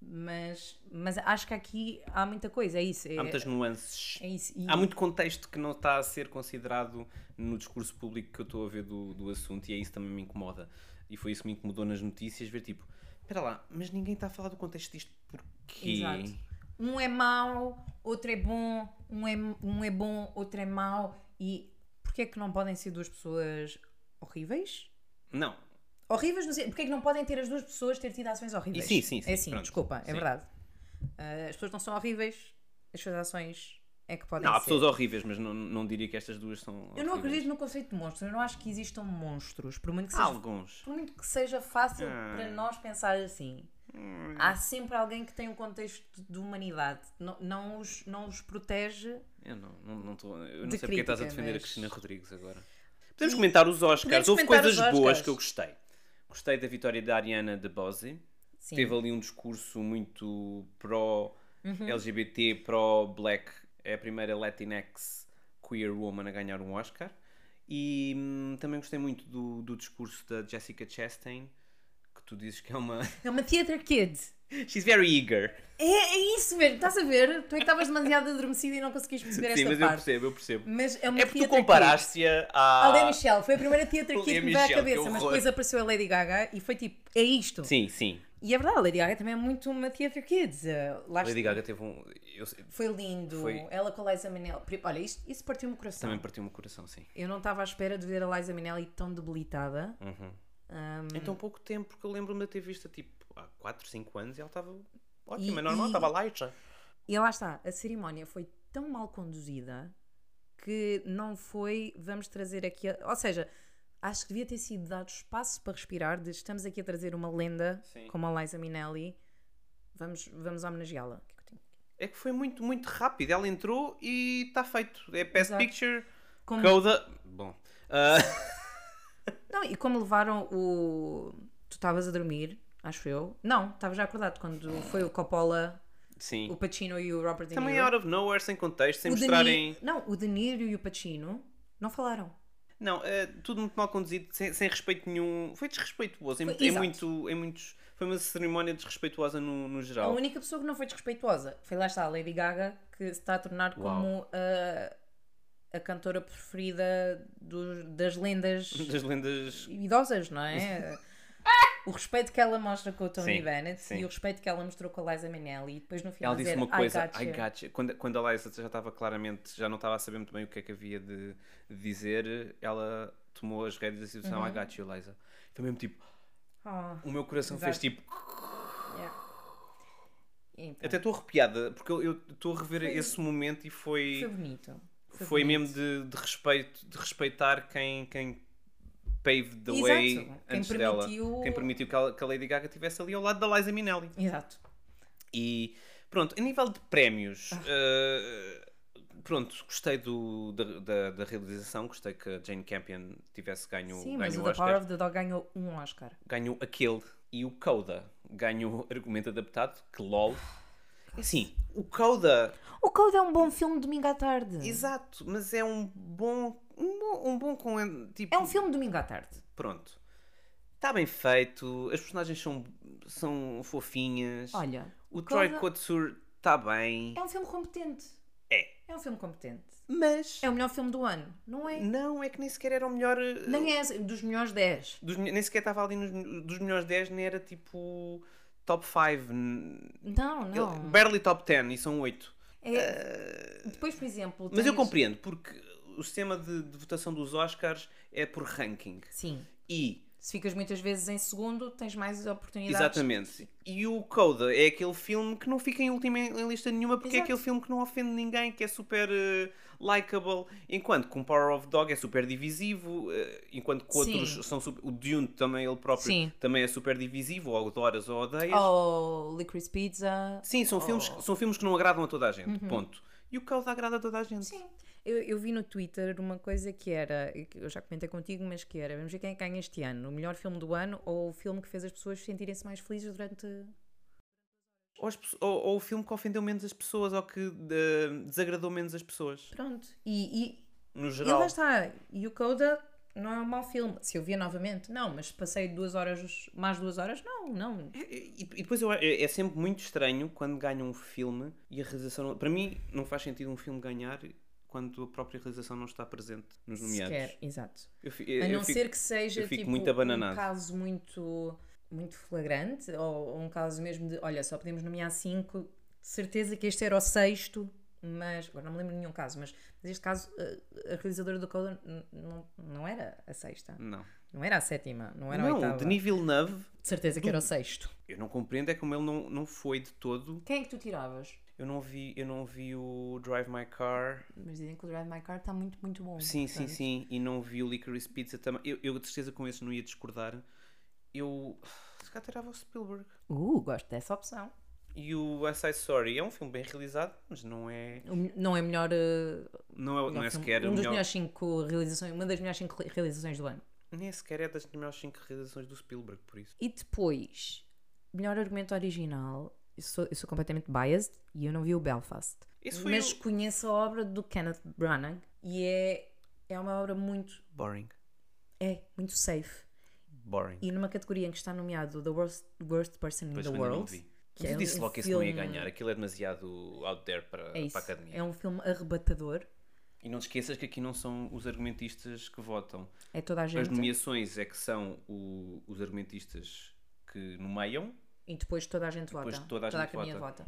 Speaker 2: Mas, mas acho que aqui há muita coisa, é isso. É,
Speaker 1: Há muitas nuances.
Speaker 2: é isso. E-
Speaker 1: Há muito contexto que não está a ser considerado no discurso público que eu estou a ver do, do assunto e é isso que também me incomoda. E foi isso que me incomodou nas notícias, ver tipo, espera lá, mas ninguém está a falar do contexto disto porquê?
Speaker 2: Exato. Um é mau, outro é bom, um é, um é bom, outro é mau. E Porquê é que não podem ser duas pessoas horríveis?
Speaker 1: Não.
Speaker 2: Horríveis, não sei. Porquê é que não podem ter as duas pessoas ter tido ações horríveis?
Speaker 1: Sim, sim, sim,
Speaker 2: É sim,
Speaker 1: pronto.
Speaker 2: desculpa, é
Speaker 1: Sim.
Speaker 2: verdade. Ah, as pessoas não são horríveis, as suas ações é que podem
Speaker 1: Não, há
Speaker 2: ser.
Speaker 1: pessoas horríveis, mas não, não diria que estas duas são.
Speaker 2: Eu não
Speaker 1: horríveis.
Speaker 2: acredito no conceito de monstro. Eu não acho que existam monstros. Por muito que
Speaker 1: Há
Speaker 2: seja,
Speaker 1: alguns.
Speaker 2: por muito que seja fácil
Speaker 1: Ah. Hum.
Speaker 2: para nós pensar assim, há sempre alguém que tem um contexto de humanidade. Não, não, os, não os protege.
Speaker 1: Eu não, não, não, tô, eu não
Speaker 2: De
Speaker 1: sei porque é estás a
Speaker 2: crítica,
Speaker 1: defender
Speaker 2: mas-
Speaker 1: a Cristina Rodrigues agora. Podemos comentar os Oscars. Houve
Speaker 2: comentar
Speaker 1: coisas
Speaker 2: os Oscars.
Speaker 1: boas que eu gostei. Gostei da vitória da Ariana DeBose.
Speaker 2: Sim.
Speaker 1: Teve ali um discurso muito
Speaker 2: Uhum.
Speaker 1: pró-LGBT, pró-black. É a primeira Latinx queer woman a ganhar um Oscar. E hum, também gostei muito do, do discurso da Jessica Chastain, que tu dizes que é uma.
Speaker 2: É uma theater kid.
Speaker 1: She's very eager.
Speaker 2: É, é isso mesmo. Estás a ver? Tu é que estavas demasiado adormecida e não conseguias perceber
Speaker 1: Sim,
Speaker 2: esta
Speaker 1: mas eu
Speaker 2: parte.
Speaker 1: percebo, eu percebo.
Speaker 2: Mas é uma
Speaker 1: É porque tu
Speaker 2: theater kid.
Speaker 1: comparaste-a
Speaker 2: A Lea
Speaker 1: à.
Speaker 2: Michelle foi a primeira theater
Speaker 1: Lea
Speaker 2: kid que me veio à
Speaker 1: Michele, que
Speaker 2: cabeça, mas
Speaker 1: horror.
Speaker 2: depois apareceu a Lady Gaga e foi tipo, é isto.
Speaker 1: Sim, sim.
Speaker 2: E é verdade, a Lady Gaga também é muito uma theater kid. Uh, Lá
Speaker 1: Lady Gaga teve um. Eu sei-
Speaker 2: Foi lindo.
Speaker 1: Foi.
Speaker 2: Ela com a Liza Minnelli. Pri- Olha, isto, isso partiu-me o coração.
Speaker 1: também partiu-me o coração, sim.
Speaker 2: Eu não estava à espera de ver a Liza Minnelli tão debilitada. Um,
Speaker 1: Uhum. Em tão pouco tempo, porque eu lembro-me de ter visto tipo há 4, 5 anos e ela estava
Speaker 2: E-
Speaker 1: ótima, normal,
Speaker 2: e-
Speaker 1: estava light.
Speaker 2: e lá está, a cerimónia foi tão mal conduzida que não foi, vamos trazer aqui... a- Ou seja, acho que devia ter sido dado espaço para respirar de estamos aqui a trazer uma lenda
Speaker 1: Sim.
Speaker 2: como a Liza Minnelli. Vamos, vamos homenageá-la. O que é que eu tenho?
Speaker 1: É que foi muito, muito rápido. Ela entrou e está feito. É Best
Speaker 2: Exato. Hum.
Speaker 1: Picture,
Speaker 2: Como-
Speaker 1: Coda. Bom. Ah,
Speaker 2: Não, e como levaram o... Tu estavas a dormir, acho eu. Não, estava já acordado quando foi o Coppola...
Speaker 1: sim.
Speaker 2: o Pacino e o Robert De Niro.
Speaker 1: Também out of nowhere, sem contexto, sem
Speaker 2: o De
Speaker 1: mostrarem.
Speaker 2: Ni- Não, o De Niro e o Pacino não falaram.
Speaker 1: Não, é tudo muito mal conduzido, sem, sem respeito nenhum. Foi desrespeituoso. Em,
Speaker 2: Foi-
Speaker 1: em
Speaker 2: exato.
Speaker 1: muito, em muitos, foi uma cerimónia desrespeituosa no, no
Speaker 2: A
Speaker 1: geral.
Speaker 2: única pessoa que não foi desrespeituosa foi lá está a Lady Gaga, que se está a tornar como a, a cantora preferida dos- das lendas
Speaker 1: Das lendas.
Speaker 2: idosas, não é? O respeito que ela mostra com o Tony
Speaker 1: Sim,
Speaker 2: Bennett
Speaker 1: sim.
Speaker 2: e o respeito que ela mostrou com a Liza Minnelli e depois no final
Speaker 1: Ela disse
Speaker 2: dizer,
Speaker 1: uma coisa,
Speaker 2: I gotcha.
Speaker 1: I gotcha. Quando, quando a Liza já estava claramente, já não estava a saber muito bem o que é que havia de, de dizer, ela tomou as rédeas da situação,
Speaker 2: Uhum.
Speaker 1: I gotcha, Liza. Foi mesmo tipo,
Speaker 2: Oh,
Speaker 1: o meu coração fez
Speaker 2: Exato.
Speaker 1: tipo,
Speaker 2: yeah. Então,
Speaker 1: até estou arrepiada, porque eu- eu estou a rever esse momento e foi, foi,
Speaker 2: foi é bonito. bonito.
Speaker 1: mesmo de, de respeito, de respeitar quem, quem paved the
Speaker 2: Exato,
Speaker 1: way
Speaker 2: quem
Speaker 1: antes
Speaker 2: permitiu-
Speaker 1: dela. Quem permitiu que a, que a Lady Gaga estivesse ali ao lado da Liza Minnelli.
Speaker 2: Exato.
Speaker 1: E pronto, a nível de prémios,
Speaker 2: Ah.
Speaker 1: eh, pronto, gostei do, da, da, da realização, gostei que a Jane Campion tivesse ganho,
Speaker 2: Sim, mas
Speaker 1: ganho
Speaker 2: o
Speaker 1: o
Speaker 2: The Power
Speaker 1: Oscar,
Speaker 2: of the Dog ganhou um Oscar.
Speaker 1: ganhou aquele e o Coda ganhou argumento adaptado, que lol. É Assim, o Coda,
Speaker 2: O Code é um bom filme de domingo à tarde.
Speaker 1: exato, mas é um bom, um bom, um bom com, tipo,
Speaker 2: É um filme de domingo à tarde.
Speaker 1: pronto. Está bem feito, as personagens são, são fofinhas,
Speaker 2: Olha,
Speaker 1: o
Speaker 2: Coda-
Speaker 1: Troy Kotsur está bem,
Speaker 2: é um filme competente.
Speaker 1: É.
Speaker 2: É um filme competente.
Speaker 1: mas...
Speaker 2: É o melhor filme do ano, não é?
Speaker 1: Não, é que nem sequer era o melhor. eh,
Speaker 2: Nem é esse- dos melhores 10.
Speaker 1: dos melho- nem sequer estava ali nos, dos melhores 10, nem era tipo top 5.
Speaker 2: Não, não.
Speaker 1: Barely top 10, e são 8.
Speaker 2: Oh. É- Depois, por exemplo.
Speaker 1: Mas eu
Speaker 2: tens-
Speaker 1: compreendo, porque o sistema de, de votação dos Oscars é por ranking.
Speaker 2: Sim.
Speaker 1: E,
Speaker 2: Se ficas muitas vezes em segundo, tens mais oportunidades.
Speaker 1: exatamente. E o Coda é aquele filme que não fica em última em em lista nenhuma, porque
Speaker 2: Exato.
Speaker 1: é aquele filme que não ofende ninguém, que é super eh, likable. Enquanto que um Power of Dog é super divisivo, eh, enquanto que outros
Speaker 2: Sim.
Speaker 1: são. super- o Dune também, ele próprio,
Speaker 2: Sim. Oh.
Speaker 1: também é super divisivo, ou adoras ou odeias.
Speaker 2: Ou Licorice Pizza.
Speaker 1: Sim, são, filmes, são filmes que não agradam a toda a gente. Ponto. E o Cauda agrada a toda a gente.
Speaker 2: Uhum. Sim. Eu, eu vi no Twitter uma coisa que era, que eu já comentei contigo, mas que era, vamos ver quem é que ganha este ano, o melhor filme do ano ou o filme que fez as pessoas sentirem-se mais felizes durante...
Speaker 1: Ou, as pesso- ou- ou o filme que ofendeu menos as pessoas ou que eh, desagradou menos as pessoas.
Speaker 2: Pronto. E, e,
Speaker 1: No
Speaker 2: e lá
Speaker 1: geral.
Speaker 2: está, e o Coda não é um mau filme. Se eu via novamente, não, mas passei duas horas, mais duas horas, não, não.
Speaker 1: É, E, e depois eu, é é sempre muito estranho quando ganha um filme e a realização. não- Para mim, não faz sentido um filme ganhar quando a própria realização não está presente nos nomeados.
Speaker 2: Sequer, exato.
Speaker 1: Eu fi- eu-
Speaker 2: A
Speaker 1: eu
Speaker 2: não
Speaker 1: fico-
Speaker 2: ser que seja
Speaker 1: eu fico
Speaker 2: tipo
Speaker 1: muito
Speaker 2: um
Speaker 1: abananado.
Speaker 2: caso muito, muito flagrante, ou, ou um caso mesmo de olha, só podemos nomear cinco, de certeza que este era o sexto, mas agora não me lembro de nenhum caso, mas neste caso eh, a, a realizadora do Coda n- não, não era a sexta,
Speaker 1: Não.
Speaker 2: não era a sétima, não era a
Speaker 1: Não,
Speaker 2: oitava.
Speaker 1: o Denis Villeneuve,
Speaker 2: De certeza que era o sexto.
Speaker 1: eu não compreendo é como ele não, não foi de todo.
Speaker 2: Quem é que tu tiravas?
Speaker 1: Eu não vi, eu não vi o Drive My Car.
Speaker 2: Mas dizem que o Drive My Car está muito, muito bom.
Speaker 1: Sim, sim,
Speaker 2: portanto.
Speaker 1: sim. E não vi o Licorice Pizza também. Eu, eu de certeza com esses não ia discordar. Eu. Se calhar tirava o Spielberg.
Speaker 2: Uh, gosto dessa opção.
Speaker 1: E o West Side Story é um filme bem realizado, mas não é.
Speaker 2: Um- Não é melhor. uh,
Speaker 1: Não é, não é
Speaker 2: melhor filme.
Speaker 1: sequer.
Speaker 2: um
Speaker 1: o
Speaker 2: dos
Speaker 1: melhor-
Speaker 2: melhores cinco realizações, uma das melhores cinco realizações do ano.
Speaker 1: Nem sequer é das melhores 5 realizações do Spielberg, por isso.
Speaker 2: E depois, melhor argumento original. Eu sou, eu sou completamente biased e eu não vi o Belfast.
Speaker 1: Esse foi
Speaker 2: Mas
Speaker 1: o...
Speaker 2: conheço a obra do Kenneth Branagh e é, é uma obra muito.
Speaker 1: Boring.
Speaker 2: É, muito safe.
Speaker 1: Boring.
Speaker 2: E numa categoria em que está nomeado The Worst, worst Person in
Speaker 1: Pois
Speaker 2: the
Speaker 1: ainda não
Speaker 2: World.
Speaker 1: vi.
Speaker 2: que
Speaker 1: eu
Speaker 2: é
Speaker 1: disse
Speaker 2: um
Speaker 1: logo que esse não ia
Speaker 2: filme-
Speaker 1: ganhar. Aquilo é demasiado out there para,
Speaker 2: É
Speaker 1: para a
Speaker 2: isso.
Speaker 1: academia.
Speaker 2: É um filme arrebatador.
Speaker 1: E não te esqueças que aqui não são os argumentistas que votam.
Speaker 2: É toda a
Speaker 1: As
Speaker 2: gente.
Speaker 1: nomeações é que são o- os argumentistas que nomeiam.
Speaker 2: E depois toda a gente vota.
Speaker 1: depois toda a gente
Speaker 2: academia vota.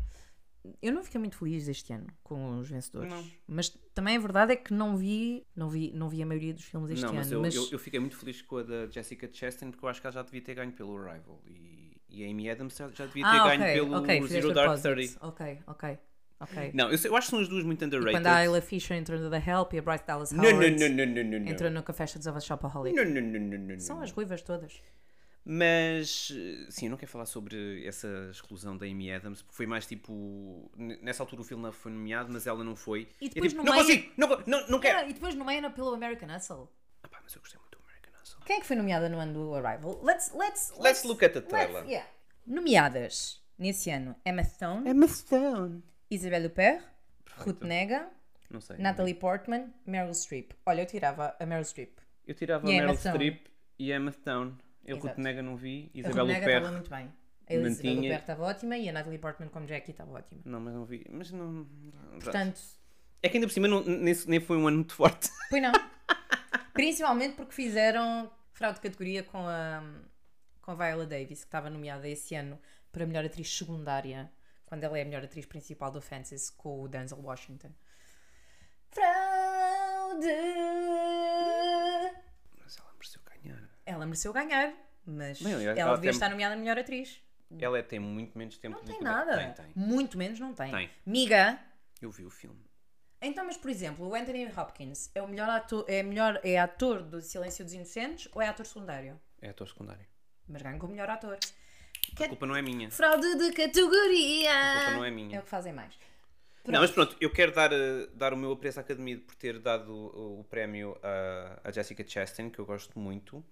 Speaker 2: Eu não fiquei muito feliz este ano com os vencedores.
Speaker 1: Não.
Speaker 2: Mas também a verdade é que não vi, não vi, não vi a maioria dos filmes este
Speaker 1: não,
Speaker 2: ano.
Speaker 1: mas, eu, eu- eu fiquei muito feliz com a da Jessica Chastain porque eu acho que ela já devia ter ganho pelo Arrival. E, e a Amy Adams já já devia ter
Speaker 2: ah, ok,
Speaker 1: ganho pelo
Speaker 2: ok, fizeste
Speaker 1: Zero Dark
Speaker 2: propósito.
Speaker 1: Thirty.
Speaker 2: Ok, ok, ok.
Speaker 1: Não, eu, sei- eu acho que são as duas muito
Speaker 2: E
Speaker 1: underrated.
Speaker 2: quando a Ayla Fisher entrou no The Help e a Bryce Dallas
Speaker 1: não, não,
Speaker 2: Howard
Speaker 1: não, não, não, não, não.
Speaker 2: entrou no Confessions of a Shopaholic.
Speaker 1: Não, não, não, não, não,
Speaker 2: São
Speaker 1: não.
Speaker 2: as ruivas todas.
Speaker 1: Mas, eh, sim, eu não quero falar sobre essa exclusão da Amy Adams, porque foi mais tipo. n- Nessa altura o filme não foi nomeado, mas ela não foi.
Speaker 2: E
Speaker 1: é
Speaker 2: depois
Speaker 1: tipo,
Speaker 2: no
Speaker 1: não
Speaker 2: meio-
Speaker 1: consigo! Não, co- não, não quero!
Speaker 2: Ah, e depois nomeia pelo American Hustle.
Speaker 1: Ah, pá, mas eu gostei muito do American Hustle.
Speaker 2: Quem é que foi nomeada no ano do Arrival? Let's, let's, let's,
Speaker 1: Let's look at the
Speaker 2: let's-
Speaker 1: trailer.
Speaker 2: yeah. Nomeadas nesse ano: Emma Stone,
Speaker 1: Emma Stone!
Speaker 2: Isabelle Huppert, Ruth Nega,
Speaker 1: Não sei.
Speaker 2: Natalie Portman, Meryl Streep. Olha, eu tirava a Meryl Streep.
Speaker 1: Eu tirava
Speaker 2: E
Speaker 1: a
Speaker 2: a Emma
Speaker 1: Meryl
Speaker 2: Stone.
Speaker 1: Streep e a Emma Stone. Eu
Speaker 2: Exato.
Speaker 1: Ruth Nega não vi,
Speaker 2: A
Speaker 1: Isabel
Speaker 2: Ruth Nega estava
Speaker 1: Huppert.
Speaker 2: muito bem. A Isabelle
Speaker 1: Mantinha.
Speaker 2: Huppert estava ótima e a Natalie Portman como Jackie estava ótima.
Speaker 1: Não, mas não vi. Mas não. pronto.
Speaker 2: Portanto,
Speaker 1: É que ainda por cima não, nesse, nem foi um ano muito forte.
Speaker 2: pois não. Principalmente porque fizeram fraude de categoria com a, com a Viola Davis, que estava nomeada esse ano para melhor atriz secundária, quando ela é a melhor atriz principal do Fences com o Denzel Washington. Fraude!
Speaker 1: Mas ela mereceu ganhar.
Speaker 2: Ela mereceu ganhar, mas
Speaker 1: Bem, eu-
Speaker 2: ela,
Speaker 1: ela tem-
Speaker 2: devia estar nomeada a melhor atriz.
Speaker 1: Ela é- tem muito menos tempo
Speaker 2: Não
Speaker 1: de
Speaker 2: tem
Speaker 1: poder-
Speaker 2: nada.
Speaker 1: Tem, tem.
Speaker 2: Muito menos não tem.
Speaker 1: Tem.
Speaker 2: Miga,
Speaker 1: Eu vi o filme.
Speaker 2: então, mas por exemplo, o Anthony Hopkins é o melhor ator, é, melhor, é ator do Silêncio dos Inocentes ou é ator secundário?
Speaker 1: É ator secundário.
Speaker 2: Mas ganha como melhor ator.
Speaker 1: A culpa não é minha.
Speaker 2: Fraude de
Speaker 1: A culpa não
Speaker 2: categoria!
Speaker 1: é
Speaker 2: É
Speaker 1: minha.
Speaker 2: o que fazem mais. é
Speaker 1: Não, mas pronto, eu quero dar, eh, dar o meu apreço à Academia por ter dado eh, o, o prémio à, à Jessica Chastain, que eu gosto muito.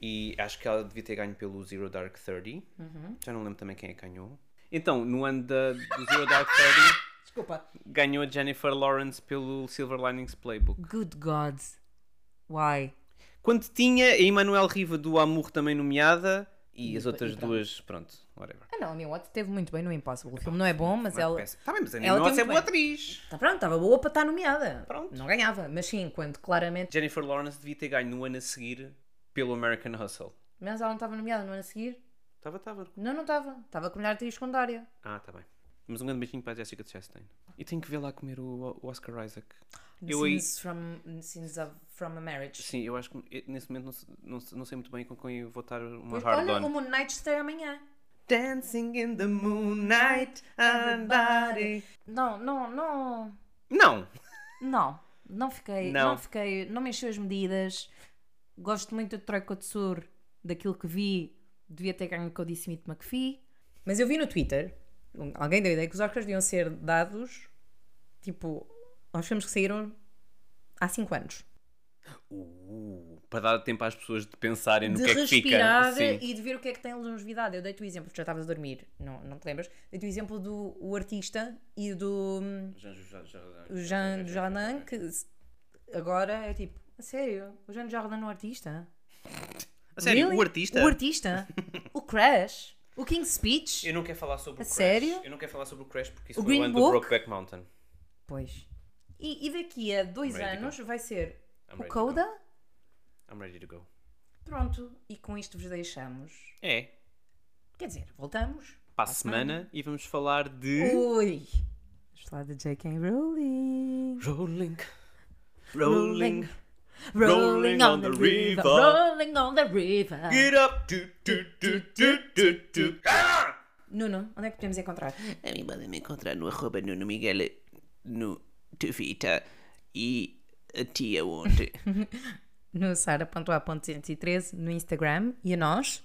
Speaker 1: E acho que ela devia ter ganho pelo Zero Dark Thirty.
Speaker 2: Uhum.
Speaker 1: Já não lembro também quem é que ganhou. Então, no ano da, do Zero Dark Thirty,
Speaker 2: Desculpa.
Speaker 1: ganhou a Jennifer Lawrence pelo Silver Linings Playbook.
Speaker 2: Good God. Why?
Speaker 1: Quando tinha a Emanuel Riva do Amor também nomeada, e,
Speaker 2: E
Speaker 1: as
Speaker 2: pa- e
Speaker 1: outras
Speaker 2: pronto.
Speaker 1: duas, pronto, whatever.
Speaker 2: Ah não, a Mia Watts esteve muito bem no Impossible. O filme não é bom, mas ela...
Speaker 1: Está bem, mas a
Speaker 2: ela
Speaker 1: Nina Watts
Speaker 2: tem
Speaker 1: é
Speaker 2: muito
Speaker 1: boa
Speaker 2: bem.
Speaker 1: atriz.
Speaker 2: Tá pronto, estava boa para estar nomeada.
Speaker 1: Pronto.
Speaker 2: Não ganhava, mas sim, quando claramente...
Speaker 1: Jennifer Lawrence devia ter ganho no ano a seguir pelo American Hustle.
Speaker 2: Mas ela não estava nomeada no ano a seguir.
Speaker 1: Estava, estava.
Speaker 2: Não, não estava. Estava com melhor atriz secundária.
Speaker 1: Ah, está bem. Mas um grande beijinho para a Jessica Chastain. E tenho que ver lá comer o, o Oscar Isaac. Eu aí-
Speaker 2: scenes from scenes of, from a marriage.
Speaker 1: Sim, eu acho que eh, nesse momento não, se- não, se- não sei muito bem com quem eu vou estar uma
Speaker 2: Pois,
Speaker 1: hard
Speaker 2: olha, o
Speaker 1: on.
Speaker 2: Moon Knight estreia amanhã.
Speaker 1: Dancing in the moonlight, everybody.
Speaker 2: Não, não, não,
Speaker 1: Não!
Speaker 2: não, não fiquei, não,
Speaker 1: Não.
Speaker 2: fiquei, não me encheu as medidas. Gosto muito de Troy Kotsur, daquilo que vi, devia ter ganho com o Smith McPhee. Mas eu vi no Twitter, um- alguém deu a ideia que os Oscars deviam ser dados, tipo, aos filmes que saíram há 5 anos.
Speaker 1: Uh, para dar tempo às pessoas de pensarem no
Speaker 2: de
Speaker 1: que é que fica.
Speaker 2: respirar
Speaker 1: Sim.
Speaker 2: e de ver o que é que tem longevidade. Eu dei-te o exemplo, tu já estavas a dormir, não, não te lembras? Dei-te o exemplo do o artista e do hum, o Jean Jordan, que se- agora é tipo, a sério, o Jean Jordan é um artista?
Speaker 1: A sério,
Speaker 2: Really?
Speaker 1: o artista.
Speaker 2: O artista? o Crash? O King's Speech?
Speaker 1: Eu não quero falar sobre
Speaker 2: A
Speaker 1: o Crash.
Speaker 2: sério?
Speaker 1: Eu não quero falar sobre o Crash porque isso
Speaker 2: O
Speaker 1: foi o
Speaker 2: Green
Speaker 1: ano
Speaker 2: Book?
Speaker 1: do Brokeback Mountain.
Speaker 2: Pois. E, e daqui a dois
Speaker 1: I'm ready to
Speaker 2: anos vai ser
Speaker 1: I'm
Speaker 2: o
Speaker 1: ready to go.
Speaker 2: Coda?
Speaker 1: I'm ready to go.
Speaker 2: Pronto, e com isto vos deixamos.
Speaker 1: É.
Speaker 2: Quer dizer, voltamos.
Speaker 1: Para a semana e vamos falar de.
Speaker 2: Ui! Vamos falar de J.K. Rowling.
Speaker 1: Rolling.
Speaker 2: Rolling.
Speaker 1: Rolling.
Speaker 2: Rolling on the river. Rolling on the river.
Speaker 1: Get up. Do, do, do, do, do, do. Ah!
Speaker 2: Nuno, onde é que podemos encontrar?
Speaker 3: A mim podem me encontrar no arroba Nuno Miguel no Twitter e a tia onde?
Speaker 2: No sara.a.113 no Instagram e a nós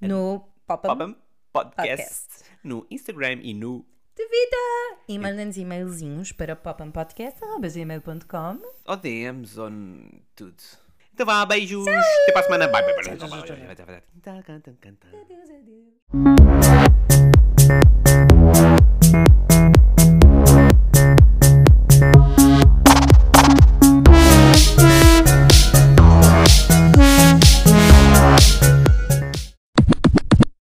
Speaker 2: no pop-up
Speaker 1: Pop-Up Podcast. No Instagram e no.
Speaker 2: de vida. E mandem-nos e-mailzinhos para popampodcast.gmail.com
Speaker 3: Ou DMs on tudo.
Speaker 1: Então vá, beijos. Até para a semana. Bye, bye, bye, bye, bye, bye, bye, bye, bye.
Speaker 2: Adeus, adeus.